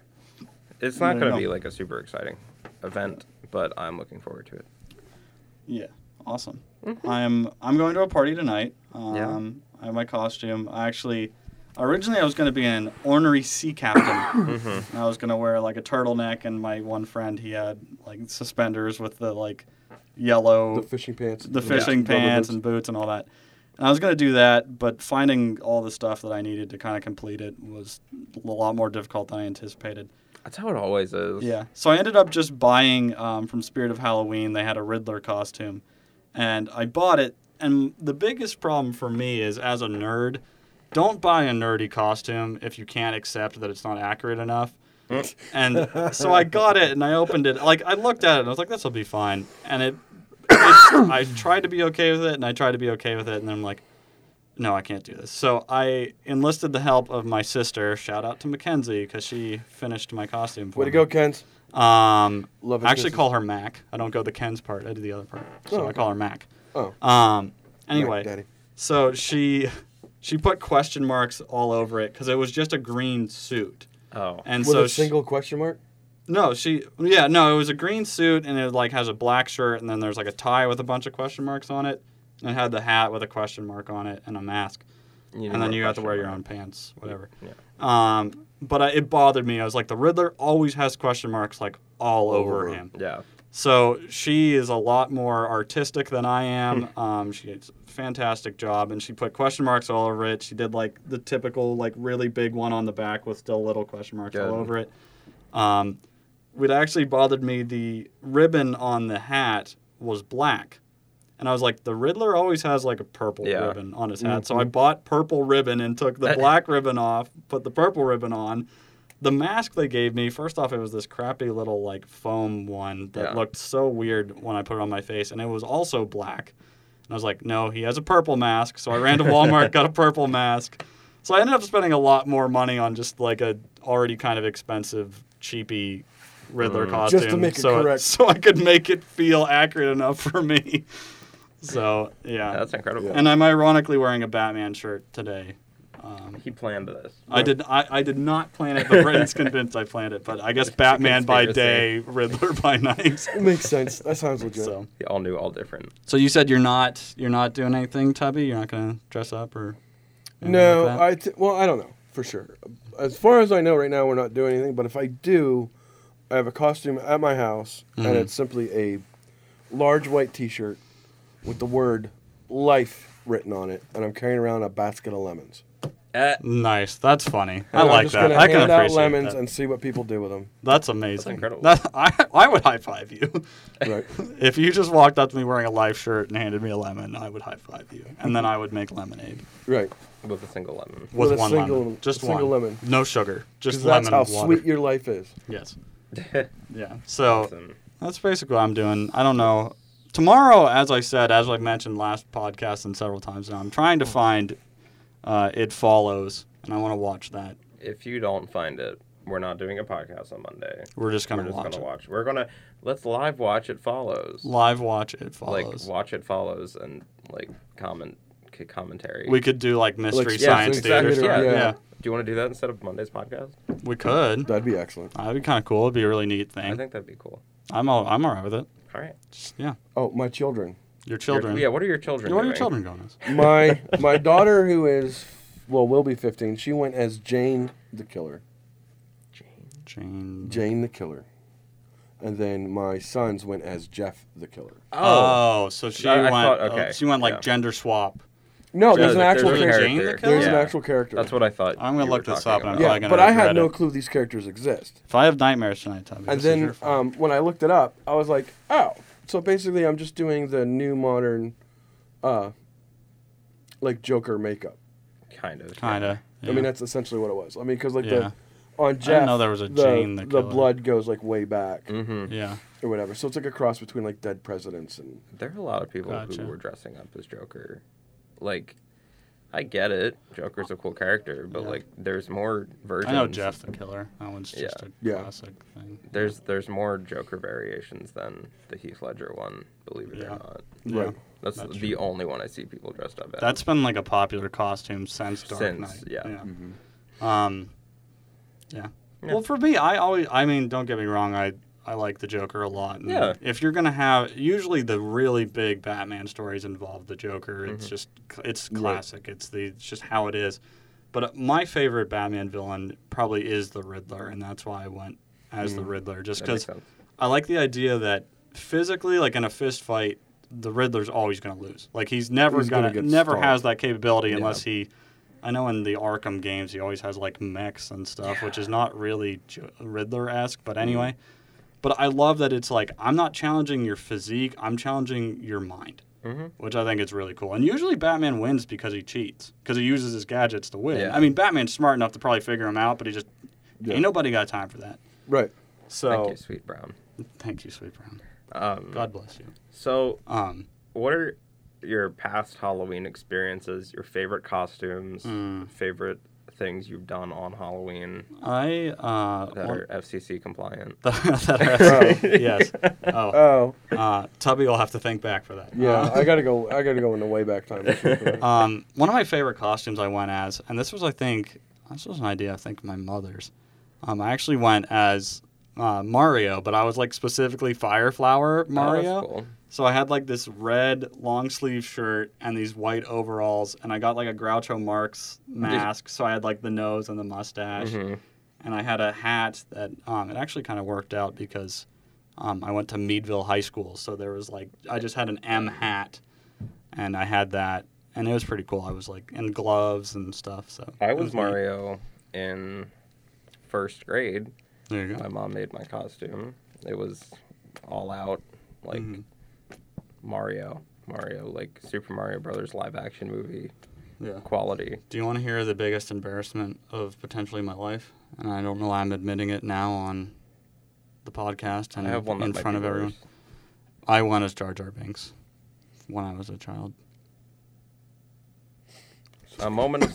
[SPEAKER 2] it's
[SPEAKER 1] There
[SPEAKER 2] not
[SPEAKER 1] you
[SPEAKER 2] gonna
[SPEAKER 1] go.
[SPEAKER 2] be like a super exciting event, but I'm looking forward to it.
[SPEAKER 1] Yeah, awesome. I'm I'm going to a party tonight. Um,
[SPEAKER 2] Yeah.
[SPEAKER 1] I have my costume. I actually Originally, I was going to be an ornery sea captain. And I was going to wear like a turtleneck, and my one friend he had like suspenders with the like yellow
[SPEAKER 7] The fishing pants.
[SPEAKER 1] the fishing
[SPEAKER 7] Rubber
[SPEAKER 1] pants
[SPEAKER 7] boots.
[SPEAKER 1] and boots and all that. And I was going to do that, but finding all the stuff that I needed to kind of complete it was a lot more difficult than I anticipated.
[SPEAKER 2] That's how it always is.
[SPEAKER 1] Yeah. So I ended up just buying um, from Spirit of Halloween. They had a Riddler costume, and I bought it. And the biggest problem for me is, as a nerd, don't buy a nerdy costume if you can't accept that it's not accurate enough. and so I got it, and I opened it. Like I looked at it, and I was like, "This will be fine." And it, it's, I tried to be okay with it, and I tried to be okay with it, and then I'm like, no, I can't do this. So I enlisted the help of my sister. Shout out to Mackenzie because she finished my costume for
[SPEAKER 7] Way to
[SPEAKER 1] me.
[SPEAKER 7] go, Kent.
[SPEAKER 1] Um,
[SPEAKER 7] Love and
[SPEAKER 1] I actually
[SPEAKER 7] kisses.
[SPEAKER 1] call her Mac. I don't go the Ken's part. I do the other part. So
[SPEAKER 7] Oh,
[SPEAKER 1] I
[SPEAKER 7] okay.
[SPEAKER 1] call her Mac.
[SPEAKER 7] Oh.
[SPEAKER 1] Um, anyway,
[SPEAKER 7] Daddy.
[SPEAKER 1] so she she put question marks all over it because it was just a green suit.
[SPEAKER 2] Oh.
[SPEAKER 1] And
[SPEAKER 7] With
[SPEAKER 1] so
[SPEAKER 7] a
[SPEAKER 1] she-
[SPEAKER 7] single question mark?
[SPEAKER 1] no, she yeah no, it was a green suit and it like has a black shirt and then there's like a tie with a bunch of question marks on it and it had the hat with a question mark on it and a mask
[SPEAKER 2] didn't
[SPEAKER 1] and then
[SPEAKER 2] wear
[SPEAKER 1] you have to
[SPEAKER 2] question
[SPEAKER 1] wear your
[SPEAKER 2] mark.
[SPEAKER 1] own pants, whatever.
[SPEAKER 2] Yeah.
[SPEAKER 1] Um, but I, it bothered me. I was like, the Riddler always has question marks like all over
[SPEAKER 7] Over.
[SPEAKER 1] him.
[SPEAKER 2] Yeah.
[SPEAKER 1] So she is a lot more artistic than I am.
[SPEAKER 2] Hmm.
[SPEAKER 1] um, she did a fantastic job, and she put question marks all over it. She did like the typical like really big one on the back with still little question marks all
[SPEAKER 2] Good.
[SPEAKER 1] over it. Um, it actually bothered me. The ribbon on the hat was black, and I was like, the Riddler always has like a purple
[SPEAKER 2] Yeah. Mm-hmm. Uh,
[SPEAKER 1] ribbon on his hat. So I bought purple ribbon and took the black ribbon off, put the purple ribbon on. The mask they gave me, first off, it was this crappy little like foam one that
[SPEAKER 2] Yeah.
[SPEAKER 1] looked so weird when I put it on my face, and it was also black. And I was like, no, he has a purple mask. So I ran to Walmart, got a purple mask. So I ended up spending a lot more money on just like a already kind of expensive, cheapy Riddler
[SPEAKER 2] Mm.
[SPEAKER 1] costume.
[SPEAKER 7] Just to make it
[SPEAKER 1] so
[SPEAKER 7] correct.
[SPEAKER 1] so I could make it feel accurate enough for me. So yeah.
[SPEAKER 2] That's incredible.
[SPEAKER 1] and I'm ironically wearing a Batman shirt today. Um,
[SPEAKER 2] He planned this.
[SPEAKER 1] I did I, I did not plan it, but Britain's convinced I planned it. But I guess Batman by day,
[SPEAKER 2] conspiracy.
[SPEAKER 1] Riddler by night.
[SPEAKER 7] Makes sense. That sounds legit.
[SPEAKER 1] So
[SPEAKER 2] They all knew, all different.
[SPEAKER 1] so you said you're not you're not doing anything, Tubby. You're not gonna dress up or. anything
[SPEAKER 7] No,
[SPEAKER 1] like that?
[SPEAKER 7] I t- well, I don't know for sure. As far as I know, right now we're not doing anything. But if I do, I have a costume at my house,
[SPEAKER 1] Mm-hmm.
[SPEAKER 7] and it's simply a large white T-shirt with the word "life" written on it, and I'm carrying around a basket of lemons.
[SPEAKER 2] Eh,
[SPEAKER 1] Nice. That's funny. I
[SPEAKER 7] And I'm
[SPEAKER 1] like
[SPEAKER 7] just
[SPEAKER 1] that.
[SPEAKER 7] Gonna
[SPEAKER 1] I
[SPEAKER 7] hand
[SPEAKER 1] can
[SPEAKER 7] out
[SPEAKER 1] appreciate
[SPEAKER 7] lemons
[SPEAKER 1] that.
[SPEAKER 7] and see what people do with them.
[SPEAKER 1] That's amazing.
[SPEAKER 2] incredible.
[SPEAKER 1] That- I, I would high five you.
[SPEAKER 7] Right.
[SPEAKER 1] if you just walked up to me wearing a life shirt and handed me a lemon, I would high five you. And then I would make lemonade
[SPEAKER 7] right.
[SPEAKER 2] with a single lemon.
[SPEAKER 1] with,
[SPEAKER 7] With a
[SPEAKER 1] one
[SPEAKER 7] single-
[SPEAKER 1] lemon. Just
[SPEAKER 7] a single
[SPEAKER 1] one.
[SPEAKER 7] lemon.
[SPEAKER 1] No sugar. Just
[SPEAKER 7] Because that's
[SPEAKER 1] lemon
[SPEAKER 7] how
[SPEAKER 1] and water.
[SPEAKER 7] sweet your life is.
[SPEAKER 1] Yes. yeah. So
[SPEAKER 2] Awesome.
[SPEAKER 1] that's basically what I'm doing. I don't know. Tomorrow, as I said, as I mentioned last podcast and several times now, I'm trying to
[SPEAKER 2] Hmm.
[SPEAKER 1] find uh, It Follows, and I want to watch that.
[SPEAKER 2] If you don't find it, we're not doing a podcast on Monday.
[SPEAKER 1] We're just
[SPEAKER 2] We're
[SPEAKER 1] going to
[SPEAKER 2] just
[SPEAKER 1] watch
[SPEAKER 2] gonna
[SPEAKER 1] it.
[SPEAKER 2] watch. We're gonna let's live watch it follows.
[SPEAKER 1] Live watch It
[SPEAKER 2] like
[SPEAKER 1] Follows.
[SPEAKER 2] watch it follows and like comment c- commentary.
[SPEAKER 1] We could do like mystery
[SPEAKER 7] Like,
[SPEAKER 2] yeah,
[SPEAKER 1] science
[SPEAKER 2] exactly,
[SPEAKER 1] theater.
[SPEAKER 2] yeah.
[SPEAKER 1] yeah,
[SPEAKER 2] Do you want to do that instead of Monday's podcast?
[SPEAKER 1] we could.
[SPEAKER 7] That'd be excellent.
[SPEAKER 1] That'd be kind of cool. It'd be a really neat
[SPEAKER 2] I
[SPEAKER 1] thing.
[SPEAKER 2] think that'd be cool.
[SPEAKER 1] I'm all, I'm all right with it.
[SPEAKER 2] All right.
[SPEAKER 1] Just, yeah,
[SPEAKER 7] Oh, my children.
[SPEAKER 1] your
[SPEAKER 2] Your-
[SPEAKER 1] children.
[SPEAKER 2] yeah. What are your children?
[SPEAKER 1] What are your children
[SPEAKER 2] doing?
[SPEAKER 1] going as?
[SPEAKER 7] My my daughter, who is well, will be 15. She went as Jane the Killer.
[SPEAKER 1] Jane.
[SPEAKER 7] Jane the Killer. And then my sons went as Jeff the Killer.
[SPEAKER 1] Oh, so she
[SPEAKER 2] I- I
[SPEAKER 1] went.
[SPEAKER 2] thought-
[SPEAKER 1] uh,
[SPEAKER 2] okay,
[SPEAKER 1] she went like
[SPEAKER 2] yeah.
[SPEAKER 1] gender swap.
[SPEAKER 7] No,
[SPEAKER 2] Yeah,
[SPEAKER 7] there's an
[SPEAKER 2] that
[SPEAKER 7] actual
[SPEAKER 2] there's a
[SPEAKER 7] character.
[SPEAKER 1] Jane the
[SPEAKER 2] character.
[SPEAKER 7] There's an
[SPEAKER 2] Yeah.
[SPEAKER 7] actual character.
[SPEAKER 2] That's what I thought.
[SPEAKER 1] I'm gonna
[SPEAKER 2] you
[SPEAKER 1] look
[SPEAKER 2] were
[SPEAKER 1] this
[SPEAKER 2] talking
[SPEAKER 1] up and I'm
[SPEAKER 2] about.
[SPEAKER 1] probably
[SPEAKER 7] yeah,
[SPEAKER 1] gonna
[SPEAKER 7] but I had
[SPEAKER 1] regret
[SPEAKER 7] no
[SPEAKER 1] it.
[SPEAKER 7] clue these characters exist.
[SPEAKER 1] If I have nightmares tonight, Tommy,
[SPEAKER 7] And
[SPEAKER 1] this is your
[SPEAKER 7] then
[SPEAKER 1] fault.
[SPEAKER 7] um, when I looked it up, I was like, oh. So basically, I'm just doing the new modern, uh, like Joker makeup.
[SPEAKER 2] kind of. yeah.
[SPEAKER 1] kinda. Yeah.
[SPEAKER 7] I mean, that's essentially what it was. I mean, because like
[SPEAKER 1] Yeah.
[SPEAKER 7] the on Jeff,
[SPEAKER 1] know there was a
[SPEAKER 7] the,
[SPEAKER 1] Jane the Killer.
[SPEAKER 7] blood goes like way back
[SPEAKER 2] Mm-hmm.
[SPEAKER 1] yeah.
[SPEAKER 7] or whatever. So it's like a cross between like dead presidents and
[SPEAKER 2] There are a lot of people
[SPEAKER 1] Gotcha.
[SPEAKER 2] who were dressing up as Joker. Like, I get it. Joker's a cool character, but like, there's more versions.
[SPEAKER 1] I know Jeff the Killer. That one's just
[SPEAKER 2] Yeah.
[SPEAKER 1] a
[SPEAKER 7] Yeah.
[SPEAKER 1] classic thing.
[SPEAKER 2] There's there's more Joker variations than the Heath Ledger one. Believe it
[SPEAKER 1] Yeah.
[SPEAKER 2] or not.
[SPEAKER 1] Yeah.
[SPEAKER 7] Right.
[SPEAKER 2] That's, the only one I see people dressed up as.
[SPEAKER 1] That's been like a popular costume since Dark Knight.
[SPEAKER 2] Since, yeah.
[SPEAKER 1] Um, yeah. Well, for me, I always, I mean, don't get me wrong, I I like the Joker a lot. and
[SPEAKER 2] Yeah.
[SPEAKER 1] If you're gonna have, usually the really big
[SPEAKER 2] Mm-hmm.
[SPEAKER 1] Batman stories involve the Joker. It's just, it's classic. It's the, it's just how it is. But uh, my favorite Batman villain probably is the Riddler, and that's why I went as the Riddler, just
[SPEAKER 2] Mm. That makes
[SPEAKER 1] because
[SPEAKER 2] sense.
[SPEAKER 1] I like the idea that physically, like in a fist fight, the Riddler's always going to lose. Like he's never
[SPEAKER 7] He's
[SPEAKER 1] gonna,
[SPEAKER 7] gonna get
[SPEAKER 1] never
[SPEAKER 7] stomped.
[SPEAKER 1] has that capability unless he. I know in the Arkham games he always has like mechs and stuff, which is not really Riddler esque,
[SPEAKER 2] Mm.
[SPEAKER 1] but anyway. But I love that it's like I'm not challenging your physique; I'm challenging your mind,
[SPEAKER 2] Mm-hmm.
[SPEAKER 1] which I think is really cool. And usually Batman wins because he cheats, because he uses his gadgets to win.
[SPEAKER 2] Yeah.
[SPEAKER 1] I mean, Batman's smart enough to probably figure him out, but he just
[SPEAKER 7] Yeah.
[SPEAKER 1] ain't nobody got time for that.
[SPEAKER 7] Right.
[SPEAKER 1] So
[SPEAKER 2] Thank you, Sweet Brown.
[SPEAKER 1] Thank you, Sweet Brown.
[SPEAKER 2] Um,
[SPEAKER 1] God bless you.
[SPEAKER 2] So,
[SPEAKER 1] Um,
[SPEAKER 2] what are your past Halloween experiences? Your favorite costumes?
[SPEAKER 1] Hmm.
[SPEAKER 2] Favorite things you've done on Halloween
[SPEAKER 1] I uh,
[SPEAKER 2] that
[SPEAKER 1] want-
[SPEAKER 2] are FCC compliant?
[SPEAKER 1] that are- yes. Oh,
[SPEAKER 7] Oh
[SPEAKER 1] uh, Tubby will have to think back for that. Uh,
[SPEAKER 7] yeah, I gotta go. I gotta go in the way back time. this week, right?
[SPEAKER 1] Um, one of my favorite costumes I went as, and this was, I think, this was an idea I think of my mother's. Um, I actually went as uh, Mario, but I was like specifically Fireflower Mario.
[SPEAKER 2] cool.
[SPEAKER 1] So I had like this red long sleeve shirt and these white overalls, and I got like a Groucho Marx mask. So I had like the nose and the mustache,
[SPEAKER 2] Mm-hmm.
[SPEAKER 1] and I had a hat that um, it actually kind of worked out because um, I went to Meadville High School, so there was like I just had an M hat, and I had that, and it was pretty cool. I was like in gloves and stuff. So
[SPEAKER 2] I
[SPEAKER 1] it
[SPEAKER 2] was
[SPEAKER 1] neat.
[SPEAKER 2] Mario in first grade.
[SPEAKER 1] There you
[SPEAKER 2] My
[SPEAKER 1] go.
[SPEAKER 2] mom made my costume. It was all out, like
[SPEAKER 1] Mm-hmm.
[SPEAKER 2] Mario, Mario, like Super Mario Brothers live action movie
[SPEAKER 1] Yeah.
[SPEAKER 2] quality.
[SPEAKER 1] Do you want to hear the biggest embarrassment of potentially my life? And I don't know why I'm admitting it now on the podcast and
[SPEAKER 2] I have one that
[SPEAKER 1] in
[SPEAKER 2] might
[SPEAKER 1] front
[SPEAKER 2] be
[SPEAKER 1] of everyone.
[SPEAKER 2] worse.
[SPEAKER 1] I went as Jar Jar Binks when I was a child.
[SPEAKER 2] A moment of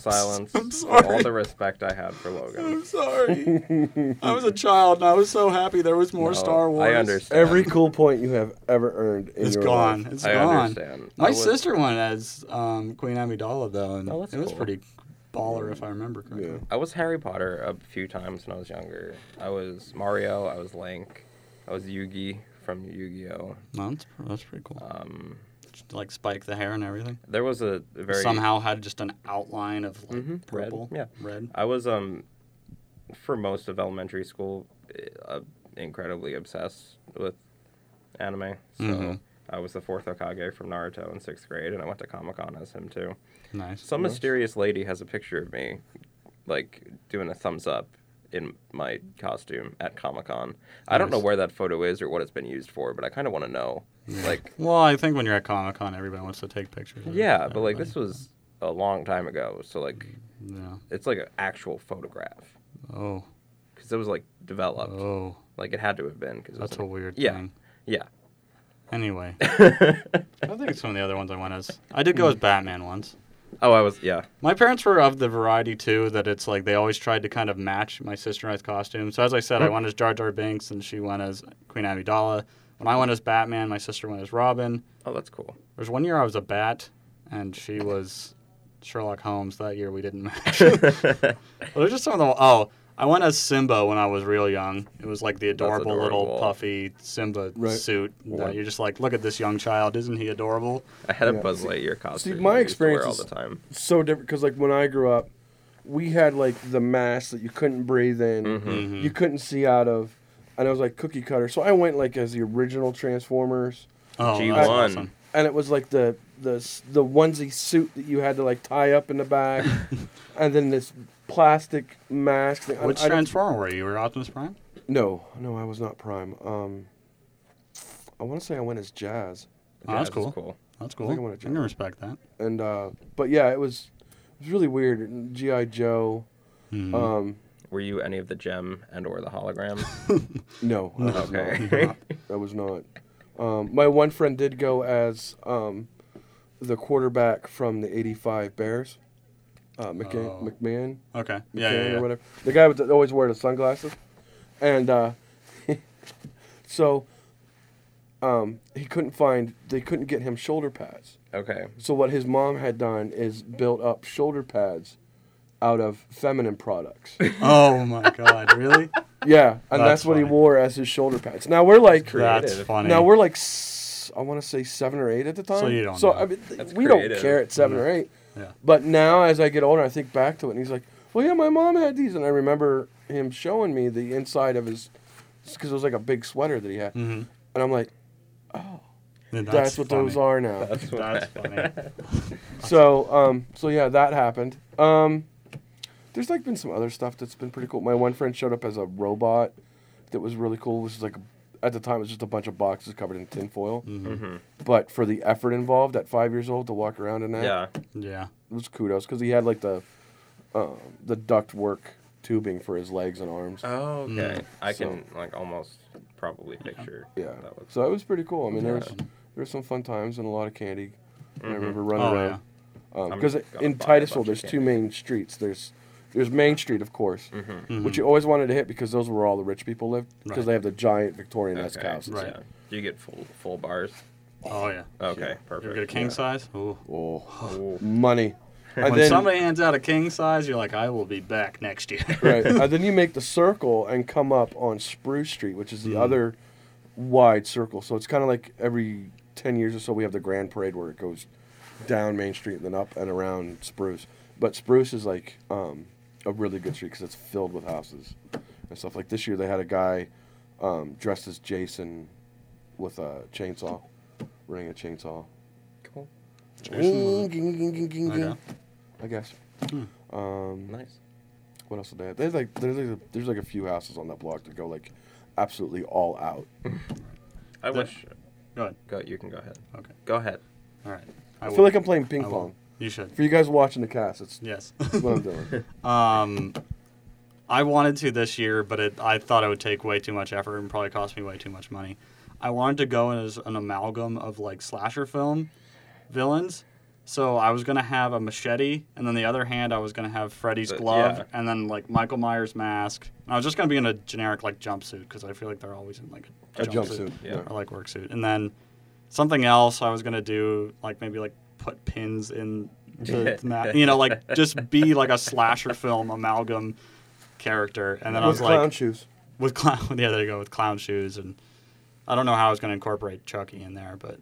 [SPEAKER 2] silence.
[SPEAKER 1] I'm
[SPEAKER 2] For all
[SPEAKER 1] sorry.
[SPEAKER 2] the respect I have for Logan.
[SPEAKER 1] sorry. I was a child and I was so happy there was more
[SPEAKER 2] No, Oh, I understand.
[SPEAKER 7] Every cool point you have ever earned in
[SPEAKER 1] It's
[SPEAKER 7] your
[SPEAKER 1] gone.
[SPEAKER 7] life.
[SPEAKER 1] It's
[SPEAKER 2] I
[SPEAKER 1] gone.
[SPEAKER 2] understand.
[SPEAKER 1] My
[SPEAKER 2] I was-
[SPEAKER 1] sister went as um, Queen Amidala though, and
[SPEAKER 2] Oh, that's
[SPEAKER 1] it was
[SPEAKER 2] cool.
[SPEAKER 1] pretty baller if I remember correctly.
[SPEAKER 7] Yeah.
[SPEAKER 2] I was Harry Potter a few times when I was younger. I was Mario. I was Link. I was Yugi from Yu-Gi-Oh.
[SPEAKER 1] No, that's, that's pretty cool. Um, like spike the hair and everything.
[SPEAKER 2] There was a very Mm-hmm.
[SPEAKER 1] Somehow had just an outline of like purple,
[SPEAKER 2] yeah.
[SPEAKER 1] red.
[SPEAKER 2] I was um, for most of elementary school, uh, incredibly obsessed with anime. So
[SPEAKER 1] Mhm.
[SPEAKER 2] I was the fourth Okage from Naruto in sixth grade, and I went to Comic Con as him too.
[SPEAKER 1] Nice.
[SPEAKER 2] Some mysterious lady has a picture of me, like doing a thumbs up in my costume at Comic Con. I don't know where that photo is or what it's been used for, but I kind of want to know. Like,
[SPEAKER 1] Well, I think when you're at Comic Con, everybody wants to take pictures. of
[SPEAKER 2] yeah, but like this
[SPEAKER 1] everybody.
[SPEAKER 2] was a long time ago, so like
[SPEAKER 1] Yeah.
[SPEAKER 2] it's like an actual photograph
[SPEAKER 1] Oh.
[SPEAKER 2] because it was like developed.
[SPEAKER 1] Oh.
[SPEAKER 2] Like it had to have been because
[SPEAKER 1] That's a weird
[SPEAKER 2] yeah,
[SPEAKER 1] thing.
[SPEAKER 2] yeah.
[SPEAKER 1] Anyway. I think some of the other ones I went as. I did
[SPEAKER 2] Mm.
[SPEAKER 1] go as Batman once.
[SPEAKER 2] Oh, I was yeah.
[SPEAKER 1] My parents were of the variety too that it's like they always tried to kind of match my sister and I's costume. So as I
[SPEAKER 2] Mm.
[SPEAKER 1] said, I went as Jar Jar Binks and she went as Queen Amidala. When I went as Batman, my sister went as Robin.
[SPEAKER 2] Oh, that's cool.
[SPEAKER 1] There was one year I was a bat, and she was Sherlock Holmes. That year we didn't match. well, there's just some of the. Oh, I went as Simba when I was real young. It was like the adorable, little
[SPEAKER 2] adorable.
[SPEAKER 1] puffy Simba
[SPEAKER 7] Right.
[SPEAKER 1] suit. That you're just like, look at this young child. Isn't he adorable?
[SPEAKER 2] I had a
[SPEAKER 7] Yeah.
[SPEAKER 2] Buzz Lightyear costume.
[SPEAKER 7] my
[SPEAKER 2] that I used to wear
[SPEAKER 7] experience
[SPEAKER 2] all
[SPEAKER 7] is-
[SPEAKER 2] the time.
[SPEAKER 7] So different because like when I grew up, we had like the mask that you couldn't breathe in,
[SPEAKER 2] Mm-hmm.
[SPEAKER 1] Mm-hmm.
[SPEAKER 7] you couldn't see out of, and it was like cookie cutter. So I went like as the original Transformers,
[SPEAKER 1] Oh,
[SPEAKER 2] G1.
[SPEAKER 1] that's awesome.
[SPEAKER 7] and it was like the the s- the onesie suit that you had to like tie up in the back, and then this plastic mask. Thing. I-
[SPEAKER 1] Which
[SPEAKER 7] I don't-
[SPEAKER 1] Transformer were you? Were you Optimus Prime?
[SPEAKER 7] No, no, I was not Prime. Um, I want to say I went as Jazz.
[SPEAKER 1] Oh, that's
[SPEAKER 2] Jazz is
[SPEAKER 1] cool.
[SPEAKER 2] cool.
[SPEAKER 1] That's
[SPEAKER 7] I
[SPEAKER 1] cool. I,
[SPEAKER 7] think I wanna
[SPEAKER 1] can
[SPEAKER 7] try.
[SPEAKER 1] respect that.
[SPEAKER 7] and uh but yeah it was it was really weird gi joe um
[SPEAKER 2] Were you any of the gem and or the hologram?
[SPEAKER 7] no I was
[SPEAKER 2] Okay.
[SPEAKER 7] not. i was not um my one friend did go as um the quarterback from the 85 bears uh McCa-
[SPEAKER 1] Oh.
[SPEAKER 7] mcmahon
[SPEAKER 1] Okay. Yeah, yeah,
[SPEAKER 7] McCann
[SPEAKER 1] yeah.
[SPEAKER 7] or whatever the guy with the, always wore the sunglasses and uh so um he couldn't find they couldn't get him shoulder pads
[SPEAKER 2] okay.
[SPEAKER 7] So what his mom had done is built up shoulder pads out of feminine products.
[SPEAKER 1] Oh my God! Really?
[SPEAKER 7] yeah, and that's,
[SPEAKER 1] That's
[SPEAKER 7] what he
[SPEAKER 1] funny.
[SPEAKER 7] wore as his shoulder pads. Now we're like
[SPEAKER 1] that's
[SPEAKER 2] Creative.
[SPEAKER 1] funny.
[SPEAKER 7] now we're like s- I want to say 7 or 8 at the time.
[SPEAKER 1] you don't know.
[SPEAKER 7] So
[SPEAKER 1] Mm-hmm.
[SPEAKER 7] I mean th-
[SPEAKER 2] That's
[SPEAKER 7] we don't
[SPEAKER 2] creative.
[SPEAKER 7] care at 7 or 8.
[SPEAKER 1] Yeah.
[SPEAKER 7] But now, as I get older, I think back to it, and he's like, "Well, yeah, my mom had these," and I remember him showing me the inside of his, because it was like a big sweater that he had,
[SPEAKER 1] Mhm.
[SPEAKER 7] and I'm like,
[SPEAKER 1] And
[SPEAKER 7] "That's, what those
[SPEAKER 1] funny.
[SPEAKER 7] are now."
[SPEAKER 2] That's what
[SPEAKER 1] That's funny.
[SPEAKER 7] so, um, so yeah, that happened. Um, there's like been some other stuff that's been pretty cool. My one friend showed up as a robot that was really cool, which is like at the time it was just a bunch of boxes covered in tinfoil.
[SPEAKER 2] Mhm.
[SPEAKER 7] But for the effort involved at five years old to walk around in that,
[SPEAKER 2] Yeah.
[SPEAKER 1] Yeah.
[SPEAKER 7] it was kudos because he had like the uh, the duct work tubing for his legs and arms.
[SPEAKER 2] Oh, okay.
[SPEAKER 1] Mm.
[SPEAKER 2] I
[SPEAKER 7] So-
[SPEAKER 2] can like almost probably picture.
[SPEAKER 7] yeah,
[SPEAKER 2] what That looks
[SPEAKER 7] so it was pretty cool. I mean, there was
[SPEAKER 1] Yeah.
[SPEAKER 7] there were some fun times and a lot of candy. And I
[SPEAKER 2] Mhm.
[SPEAKER 7] remember running
[SPEAKER 1] Oh,
[SPEAKER 7] around
[SPEAKER 2] I'm
[SPEAKER 7] because
[SPEAKER 2] just gonna
[SPEAKER 7] in
[SPEAKER 2] buy a
[SPEAKER 7] Titusville
[SPEAKER 2] bunch of
[SPEAKER 7] there's two
[SPEAKER 2] candy. Mm-hmm.
[SPEAKER 7] main streets. There's there's Main Street, of course, which you always wanted to hit because those were where all the rich people lived because
[SPEAKER 1] Mm-hmm. Right.
[SPEAKER 7] they have the giant Victorian-esque
[SPEAKER 2] okay.
[SPEAKER 7] houses.
[SPEAKER 1] Right.
[SPEAKER 2] Yeah. Do you get full full bars?
[SPEAKER 1] Oh, yeah.
[SPEAKER 2] Okay.
[SPEAKER 1] You
[SPEAKER 2] Perfect.
[SPEAKER 1] get a king size? Ooh.
[SPEAKER 7] Oh,
[SPEAKER 2] Ooh.
[SPEAKER 7] money. And
[SPEAKER 1] When
[SPEAKER 7] then,
[SPEAKER 1] somebody hands out a king size, you're like, I will be back next year.
[SPEAKER 7] right, and then you make the circle and come up on Spruce Street, which is the other wide circle. So it's kind of like every ten years or so we have the Grand Parade where it goes down Main Street and then up and around Spruce. But Spruce is like um, a really good street because it's filled with houses and stuff. Like this year they had a guy um, dressed as Jason with a chainsaw, running a chainsaw.
[SPEAKER 2] Cool.
[SPEAKER 7] Ging, ging, ging, ging, ging, ging,
[SPEAKER 1] Okay.
[SPEAKER 7] I guess.
[SPEAKER 2] Nice.
[SPEAKER 7] What else did they have? There's like there's like, a, there's like a few houses on that block that go like absolutely all out.
[SPEAKER 2] I
[SPEAKER 1] That-
[SPEAKER 2] wish.
[SPEAKER 1] Go ahead.
[SPEAKER 2] Go. You can go ahead.
[SPEAKER 1] Okay.
[SPEAKER 2] Go ahead.
[SPEAKER 1] All right.
[SPEAKER 7] I,
[SPEAKER 1] will.
[SPEAKER 7] feel like I'm playing ping
[SPEAKER 1] I will.
[SPEAKER 7] pong.
[SPEAKER 1] You should.
[SPEAKER 7] For you guys watching the cast, it's
[SPEAKER 1] Yes.
[SPEAKER 7] what I'm doing.
[SPEAKER 1] um, I wanted to this year, but it, I thought it would take way too much effort and probably cost me way too much money. I wanted to go as an amalgam of like slasher film villains. So I was gonna have a machete, and then the other hand I was gonna have Freddy's
[SPEAKER 2] But-
[SPEAKER 1] glove,
[SPEAKER 2] yeah.
[SPEAKER 1] and then like Michael Myers mask. And I was just gonna be in a generic like jumpsuit because I feel like they're always in like a,
[SPEAKER 7] A jumpsuit.
[SPEAKER 2] yeah.
[SPEAKER 1] or like work suit. And then something else I was gonna do, like maybe like put pins in the ma- you know, like just be like a slasher film amalgam character. And then I
[SPEAKER 7] With
[SPEAKER 1] was
[SPEAKER 7] clown
[SPEAKER 1] like
[SPEAKER 7] shoes.
[SPEAKER 1] with clown yeah, there you go, with clown shoes and I don't know how I was gonna incorporate Chucky in there, but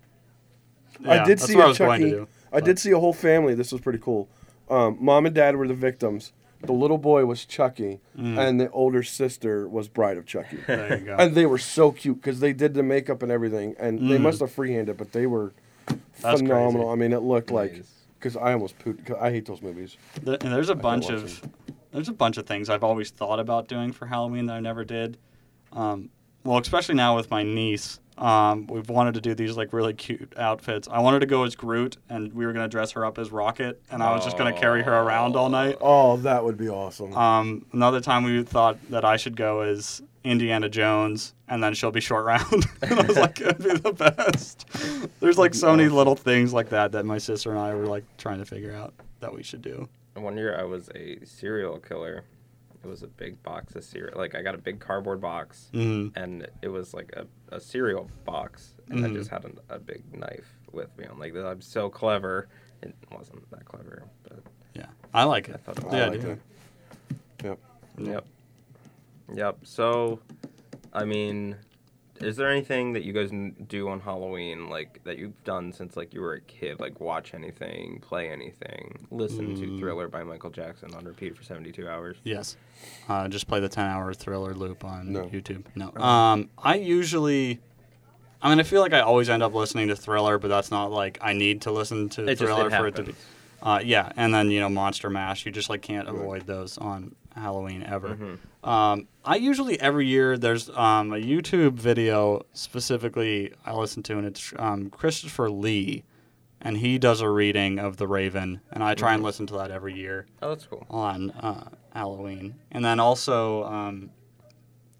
[SPEAKER 1] yeah,
[SPEAKER 7] I did
[SPEAKER 1] that's
[SPEAKER 7] see
[SPEAKER 1] what
[SPEAKER 7] a
[SPEAKER 1] I was going
[SPEAKER 7] Chucky.
[SPEAKER 1] to do.
[SPEAKER 7] I did see a whole family. This was pretty cool. Um, Mom and Dad were the victims. The little boy was Chucky, and the older sister was Bride of Chucky.
[SPEAKER 1] Mm. There you go.
[SPEAKER 7] and they were so cute because they did the makeup and everything, and they must have freehanded, but they were
[SPEAKER 1] Mm. That's crazy.
[SPEAKER 7] phenomenal. I mean, it looked like
[SPEAKER 2] Nice.
[SPEAKER 7] because I almost pooped. 'cause I hate those movies.
[SPEAKER 1] There, and there's a bunch
[SPEAKER 7] watch
[SPEAKER 1] of there's a bunch of things I've always thought about doing for Halloween that I never did. Um, well, especially now with my niece, um, we've wanted to do these like really cute outfits. I wanted to go as Groot, and we were gonna dress her up as Rocket, and I was just gonna carry her around all night.
[SPEAKER 7] Oh, that would be awesome.
[SPEAKER 1] Um, another time we thought that I should go as Indiana Jones, and then she'll be short round. and I was like, it'd be the best. There's like so many little things like that that my sister and I were like trying to figure out that we should do.
[SPEAKER 2] One year I was a serial killer. It was a big box of cereal. Like I got a big cardboard box, and it was like a, a cereal box, and I just had a, a big knife with me. I'm like, I'm so clever. It wasn't that clever, but
[SPEAKER 1] Yeah, I like it.
[SPEAKER 2] thought it was
[SPEAKER 1] yeah,
[SPEAKER 7] I like that. Yep.
[SPEAKER 2] yep, yep. So, I mean, is there anything that you guys n- do on Halloween like that you've done since like you were a kid? Like watch anything, play anything, listen to Thriller by Michael Jackson on repeat for 72 hours.
[SPEAKER 1] Yes. Uh, just play the 10 hour thriller loop on
[SPEAKER 7] No.
[SPEAKER 1] YouTube. No. Um, I usually, I mean, I feel like I always end up listening to thriller, but that's not like I need to listen to
[SPEAKER 2] It just-
[SPEAKER 1] thriller
[SPEAKER 2] it
[SPEAKER 1] for it to be.
[SPEAKER 2] happens.
[SPEAKER 1] Uh, yeah. And then, you know, Monster Mash, you just like can't avoid those on Halloween ever.
[SPEAKER 2] Mm-hmm.
[SPEAKER 1] Um, I usually every year there's um, a YouTube video specifically I listen to, and it's um, Christopher Lee, and he does a reading of The Raven, and I try and listen to that every year
[SPEAKER 2] Oh, that's cool.
[SPEAKER 1] on uh, Halloween, and then also um,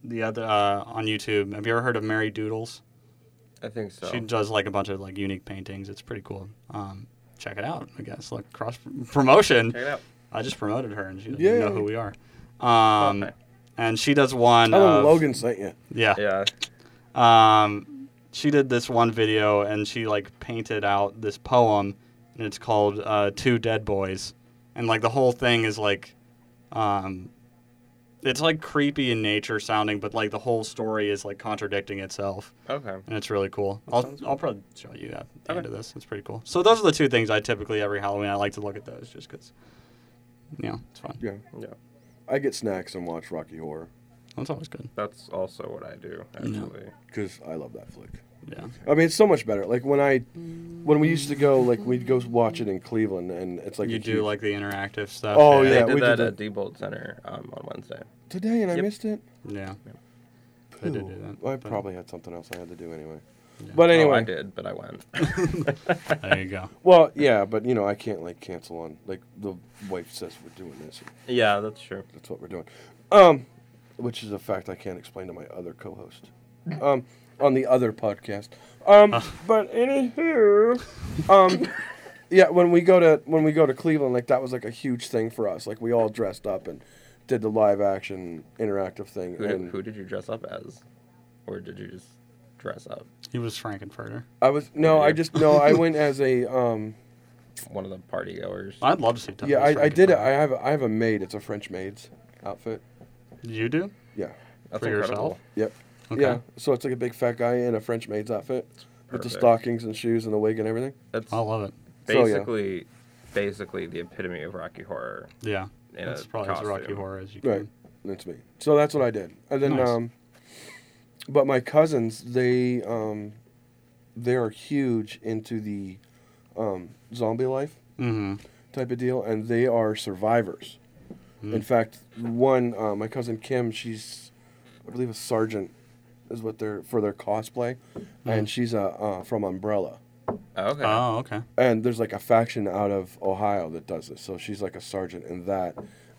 [SPEAKER 1] the other uh, on YouTube. Have you ever heard of Mary Doodles?
[SPEAKER 2] I think so.
[SPEAKER 1] She does like a bunch of like unique paintings. It's pretty cool. Um, check it out. I guess like cross promotion.
[SPEAKER 2] Check it out.
[SPEAKER 1] I just promoted her, and she doesn't
[SPEAKER 7] Yay.
[SPEAKER 1] know who we are. Um,
[SPEAKER 2] Okay.
[SPEAKER 1] And she does one.
[SPEAKER 7] Tell
[SPEAKER 1] of-
[SPEAKER 7] them Oh, Logan sent you.
[SPEAKER 1] Yeah.
[SPEAKER 2] Yeah.
[SPEAKER 1] Um, she did this one video, and she like painted out this poem, and it's called uh, Two Dead Boys," and like the whole thing is like, um, it's like creepy in nature sounding, but like the whole story is like contradicting itself,
[SPEAKER 2] Okay.
[SPEAKER 1] and it's really cool. I'll I'll probably show you that at the end of this. It's pretty cool. So those are the two things I typically every Halloween I like to look at those just because, you know, it's fun.
[SPEAKER 7] Yeah.
[SPEAKER 2] Yeah.
[SPEAKER 7] I get snacks and watch Rocky Horror
[SPEAKER 1] That's always good.
[SPEAKER 2] That's also what I do, actually.
[SPEAKER 7] because I love that flick.
[SPEAKER 1] Yeah.
[SPEAKER 7] I mean, it's so much better. Like when I, when we used to go, like we'd go watch it in Cleveland, and it's like
[SPEAKER 1] You
[SPEAKER 7] a
[SPEAKER 1] do
[SPEAKER 7] huge-
[SPEAKER 1] like the interactive stuff.
[SPEAKER 7] Oh,
[SPEAKER 2] They
[SPEAKER 7] Yeah,
[SPEAKER 2] did
[SPEAKER 7] we did
[SPEAKER 2] that
[SPEAKER 7] that.
[SPEAKER 2] at Diebold Center um, on Wednesday.
[SPEAKER 7] today, and I
[SPEAKER 2] Yep.
[SPEAKER 7] missed it.
[SPEAKER 1] yeah. They did do that.
[SPEAKER 7] I
[SPEAKER 1] but
[SPEAKER 7] probably had something else I had to do anyway. But
[SPEAKER 2] Oh,
[SPEAKER 7] anyway,
[SPEAKER 2] I did, but I went.
[SPEAKER 1] There you go.
[SPEAKER 7] well, yeah, but you know, I can't like cancel on like the wife says we're doing this. and
[SPEAKER 2] yeah, that's true.
[SPEAKER 7] That's what we're doing. Um, which is a fact I can't explain to my other co-host. Um, on the other podcast. Um, but anywho, um, yeah, when we go to when we go to Cleveland, like that was like a huge thing for us. Like we all dressed up and did the live action interactive thing.
[SPEAKER 2] Who did,
[SPEAKER 7] and
[SPEAKER 2] who did you dress up as? Or did you just dress up?
[SPEAKER 1] He was Frankenfurter.
[SPEAKER 7] I was no, I
[SPEAKER 2] Here.
[SPEAKER 7] just no, I went as a um.
[SPEAKER 2] One of the party goers.
[SPEAKER 1] I'd love to see. Tubby's
[SPEAKER 7] Yeah, I, I did
[SPEAKER 1] Frankenfurter.
[SPEAKER 7] it. I have a, I have a maid. It's a French maid's outfit.
[SPEAKER 1] You do?
[SPEAKER 7] Yeah.
[SPEAKER 2] That's
[SPEAKER 1] for yourself?
[SPEAKER 7] Yep.
[SPEAKER 1] Okay.
[SPEAKER 7] Yeah. So it's like a big fat guy in a French maid's outfit with the
[SPEAKER 2] Perfect.
[SPEAKER 7] stockings and shoes and the wig and everything.
[SPEAKER 2] That's
[SPEAKER 1] I love it.
[SPEAKER 7] So, yeah.
[SPEAKER 2] basically basically the epitome of Rocky Horror.
[SPEAKER 1] Yeah.
[SPEAKER 2] In
[SPEAKER 1] That's
[SPEAKER 2] a
[SPEAKER 1] probably as Rocky
[SPEAKER 2] costume.
[SPEAKER 1] Horror as you can.
[SPEAKER 7] Right. That's me. So that's what I did. And then
[SPEAKER 1] Mm-hmm. Nice.
[SPEAKER 7] um but my cousins, they um they are huge into the um zombie life
[SPEAKER 1] Mm-hmm.
[SPEAKER 7] type of deal and they are survivors.
[SPEAKER 1] Mm-hmm.
[SPEAKER 7] In fact, one uh, my cousin Kim, she's I believe a sergeant is what they're for their cosplay
[SPEAKER 1] Mm-hmm.
[SPEAKER 7] and she's a uh, from Umbrella.
[SPEAKER 2] Okay.
[SPEAKER 1] Oh, okay.
[SPEAKER 7] and there's like a faction out of Ohio that does this. So she's like a sergeant in that,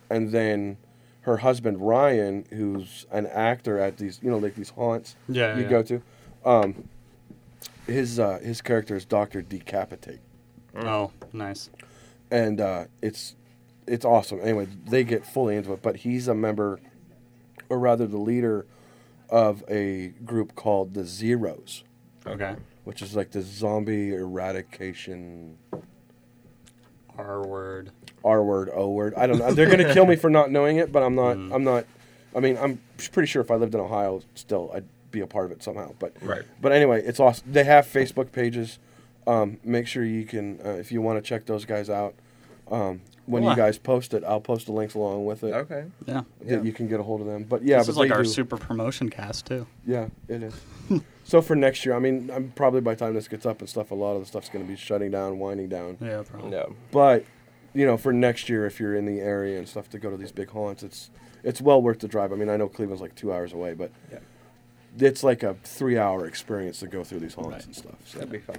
[SPEAKER 7] and then her husband Ryan, who's an actor at these, you know, like these haunts
[SPEAKER 1] Yeah,
[SPEAKER 7] you
[SPEAKER 1] yeah.
[SPEAKER 7] go to, um, his uh, his character is Doctor Decapitate,
[SPEAKER 1] Oh, nice.
[SPEAKER 7] and uh, it's it's awesome. Anyway, they get fully into it, but he's a member, or rather, the leader of a group called the Zeros,
[SPEAKER 1] Okay.
[SPEAKER 7] which is like the zombie eradication
[SPEAKER 1] R word.
[SPEAKER 7] R word, O word. I don't know. They're gonna kill me for not knowing it, but I'm not.
[SPEAKER 1] Mm-hmm.
[SPEAKER 7] I'm not. I mean, I'm pretty sure if I lived in Ohio, still I'd be a part of it somehow. But
[SPEAKER 2] Right.
[SPEAKER 7] But anyway, it's awesome. They have Facebook pages. Um, make sure you can uh, if you want to check those guys out. Um, when
[SPEAKER 1] Well, I-
[SPEAKER 7] you guys post it, I'll post the links along with it.
[SPEAKER 2] Okay.
[SPEAKER 1] Yeah.
[SPEAKER 7] That
[SPEAKER 2] yeah.
[SPEAKER 7] you can get a hold of them. But yeah,
[SPEAKER 1] this
[SPEAKER 7] but
[SPEAKER 1] is like
[SPEAKER 7] they
[SPEAKER 1] our
[SPEAKER 7] do-
[SPEAKER 1] super promotion cast too.
[SPEAKER 7] Yeah, it is. so for next year, I mean, I'm probably by the time this gets up and stuff, a lot of the stuff's gonna be shutting down, winding down.
[SPEAKER 1] Yeah, probably.
[SPEAKER 2] Yeah.
[SPEAKER 7] But you know, for next year, if you're in the area and stuff to go to these big haunts, it's it's well worth the drive. I mean, I know Cleveland's like two hours away, but
[SPEAKER 2] Yeah.
[SPEAKER 7] it's like a three-hour experience to go through these haunts
[SPEAKER 1] Right.
[SPEAKER 7] and stuff. So.
[SPEAKER 2] That'd be fun.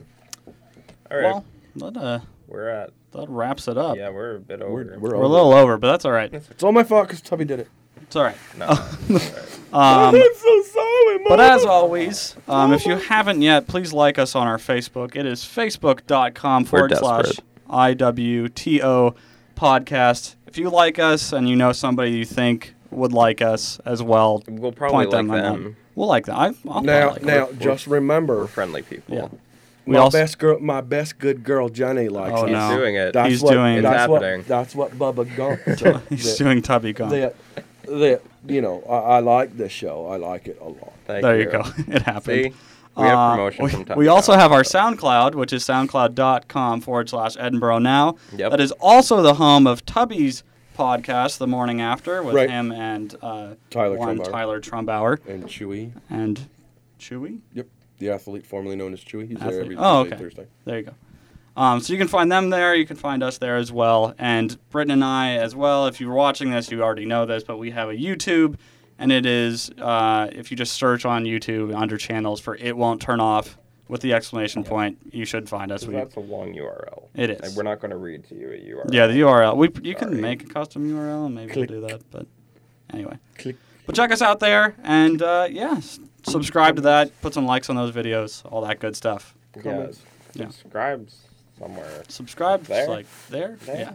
[SPEAKER 2] All right.
[SPEAKER 1] Well, that uh,
[SPEAKER 2] we're at
[SPEAKER 1] that wraps it up.
[SPEAKER 2] yeah, we're a bit over.
[SPEAKER 7] We're, we're
[SPEAKER 1] we're
[SPEAKER 7] over.
[SPEAKER 1] a little over, but that's all right.
[SPEAKER 7] It's all my fault because Tubby did it.
[SPEAKER 1] It's all right.
[SPEAKER 2] no, it's all right.
[SPEAKER 1] Um,
[SPEAKER 7] I'm so sorry, Mom.
[SPEAKER 1] But as always, um, if you haven't yet, please like us on our Facebook. It is facebook.com forward slash
[SPEAKER 2] desperate.
[SPEAKER 1] IWTO podcast. If you like us and you know somebody you think would like us as well,
[SPEAKER 2] We'll probably like
[SPEAKER 1] in that.
[SPEAKER 2] them.
[SPEAKER 1] We'll like them. I, I'll probably
[SPEAKER 7] now,
[SPEAKER 1] like them.
[SPEAKER 7] now, just remember,
[SPEAKER 2] We're friendly people.
[SPEAKER 1] Yeah. We
[SPEAKER 7] my
[SPEAKER 1] also-
[SPEAKER 7] best girl, my best good girl, Johnny likes.
[SPEAKER 1] Oh,
[SPEAKER 7] us.
[SPEAKER 2] He's
[SPEAKER 1] no.
[SPEAKER 2] doing it.
[SPEAKER 7] That's
[SPEAKER 1] He's
[SPEAKER 7] what,
[SPEAKER 1] doing-
[SPEAKER 7] That's
[SPEAKER 2] It's
[SPEAKER 7] what,
[SPEAKER 2] happening.
[SPEAKER 7] That's what Bubba Gump. said,
[SPEAKER 1] He's
[SPEAKER 7] that-
[SPEAKER 1] doing Tubby Gum. There
[SPEAKER 7] that, that, you know, I, I like this show. I like it a lot.
[SPEAKER 2] Thank
[SPEAKER 1] you go. It happened.
[SPEAKER 2] See, we have
[SPEAKER 1] Uh,
[SPEAKER 2] promotion
[SPEAKER 1] we,
[SPEAKER 2] from time
[SPEAKER 1] we
[SPEAKER 2] to
[SPEAKER 1] also
[SPEAKER 2] time.
[SPEAKER 1] have our SoundCloud, which is soundcloud.com forward slash Edinburgh Now.
[SPEAKER 2] Yep.
[SPEAKER 1] That is also the home of Tubby's podcast, The Morning After, with
[SPEAKER 7] Right.
[SPEAKER 1] him and uh,
[SPEAKER 7] Tyler
[SPEAKER 1] one
[SPEAKER 7] Trumbauer.
[SPEAKER 1] Tyler Trumbauer
[SPEAKER 7] And Chewy.
[SPEAKER 1] and Chewy.
[SPEAKER 7] Yep. The athlete formerly known as Chewy. He's
[SPEAKER 1] Athlete.
[SPEAKER 7] there every
[SPEAKER 1] Oh,
[SPEAKER 7] Tuesday,
[SPEAKER 1] okay.
[SPEAKER 7] Thursday.
[SPEAKER 1] There you go. Um, so you can find them there. You can find us there as well. And Britton and I as well. If you're watching this, you already know this, but we have a YouTube, and it is uh, if you just search on YouTube under channels for "It Won't Turn Off" with the exclamation point, you should find us.
[SPEAKER 2] So
[SPEAKER 1] We-
[SPEAKER 2] that's a long URL.
[SPEAKER 1] It is.
[SPEAKER 2] And we're not going to read to you a URL.
[SPEAKER 1] yeah, the URL. We you can
[SPEAKER 2] Sorry.
[SPEAKER 1] make a custom URL, and maybe we'll do that. But anyway,
[SPEAKER 7] Click.
[SPEAKER 1] but check us out there, and uh, yeah, s- subscribe to that. Put some likes on those videos, all that good stuff.
[SPEAKER 2] yeah,
[SPEAKER 1] Yeah.
[SPEAKER 2] subscribe somewhere.
[SPEAKER 1] Subscribe, just
[SPEAKER 2] There.
[SPEAKER 1] like there,
[SPEAKER 2] There.
[SPEAKER 1] yeah.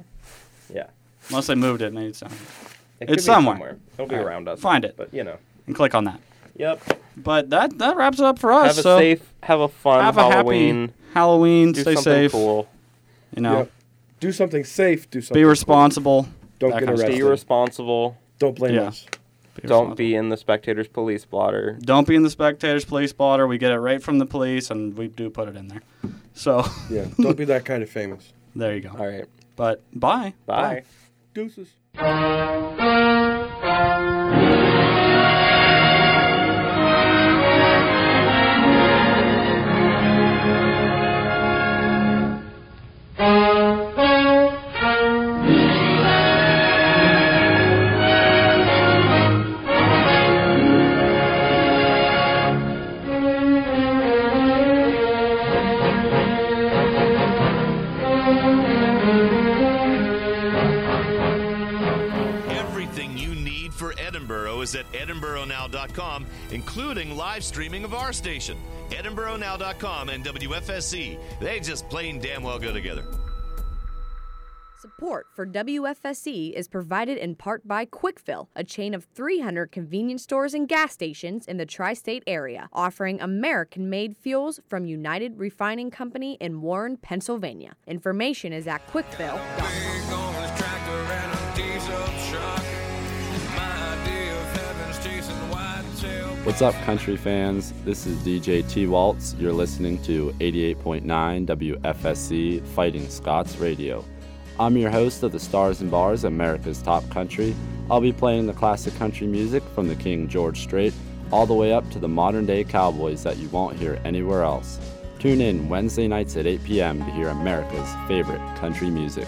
[SPEAKER 2] Yeah.
[SPEAKER 1] Unless they moved it, maybe it's not.
[SPEAKER 2] It
[SPEAKER 1] It's
[SPEAKER 2] could be
[SPEAKER 1] somewhere.
[SPEAKER 2] It'll be
[SPEAKER 1] All right,
[SPEAKER 2] around us.
[SPEAKER 1] find it.
[SPEAKER 2] But you know.
[SPEAKER 1] and click on that.
[SPEAKER 2] Yep.
[SPEAKER 1] But that that wraps it up for us.
[SPEAKER 2] Have a
[SPEAKER 1] Ah, so
[SPEAKER 2] safe, have a fun
[SPEAKER 1] have a
[SPEAKER 2] Halloween.
[SPEAKER 1] happy Halloween.
[SPEAKER 2] Do
[SPEAKER 1] Stay
[SPEAKER 2] something
[SPEAKER 1] safe.
[SPEAKER 2] cool.
[SPEAKER 1] You know,
[SPEAKER 7] Yep. Do something safe. Do something.
[SPEAKER 1] be
[SPEAKER 7] cool.
[SPEAKER 1] responsible.
[SPEAKER 7] Don't
[SPEAKER 1] that
[SPEAKER 7] get
[SPEAKER 1] kind of stuff.
[SPEAKER 2] Be
[SPEAKER 7] arrested.
[SPEAKER 2] responsible.
[SPEAKER 7] Don't blame
[SPEAKER 1] Yeah.
[SPEAKER 7] us.
[SPEAKER 1] be.
[SPEAKER 2] Don't
[SPEAKER 1] responsible.
[SPEAKER 2] be in the spectators police blotter.
[SPEAKER 1] Don't be in the spectators police blotter. We get it right from the police, and we do put it in there. So
[SPEAKER 11] Yeah, don't be that kind of famous.
[SPEAKER 1] there you go.
[SPEAKER 2] All right.
[SPEAKER 1] But bye.
[SPEAKER 2] Bye.
[SPEAKER 11] Deuces.
[SPEAKER 3] Everything you need for Edinburgh is at edinburghnow.com, including live streaming of our station, edinburghnow.com and WFSC. E, They just plain damn well go together.
[SPEAKER 4] Support for WFSE E is provided in part by Quickfill, a chain of 300 convenience stores and gas stations in the tri state area, offering American made fuels from United Refining Company in Warren, Pennsylvania. Information is at quickfill.com.
[SPEAKER 7] What's up, country fans? This is DJ T Waltz. You're listening to 88.9 WFSC Fighting Scots Radio. I'm your host of the Stars and Bars, America's Top Country. I'll be playing the classic country music from the King George Strait all the way up to the modern day cowboys that you won't hear anywhere else. Tune in Wednesday nights at 8 p.m. to hear America's favorite country music.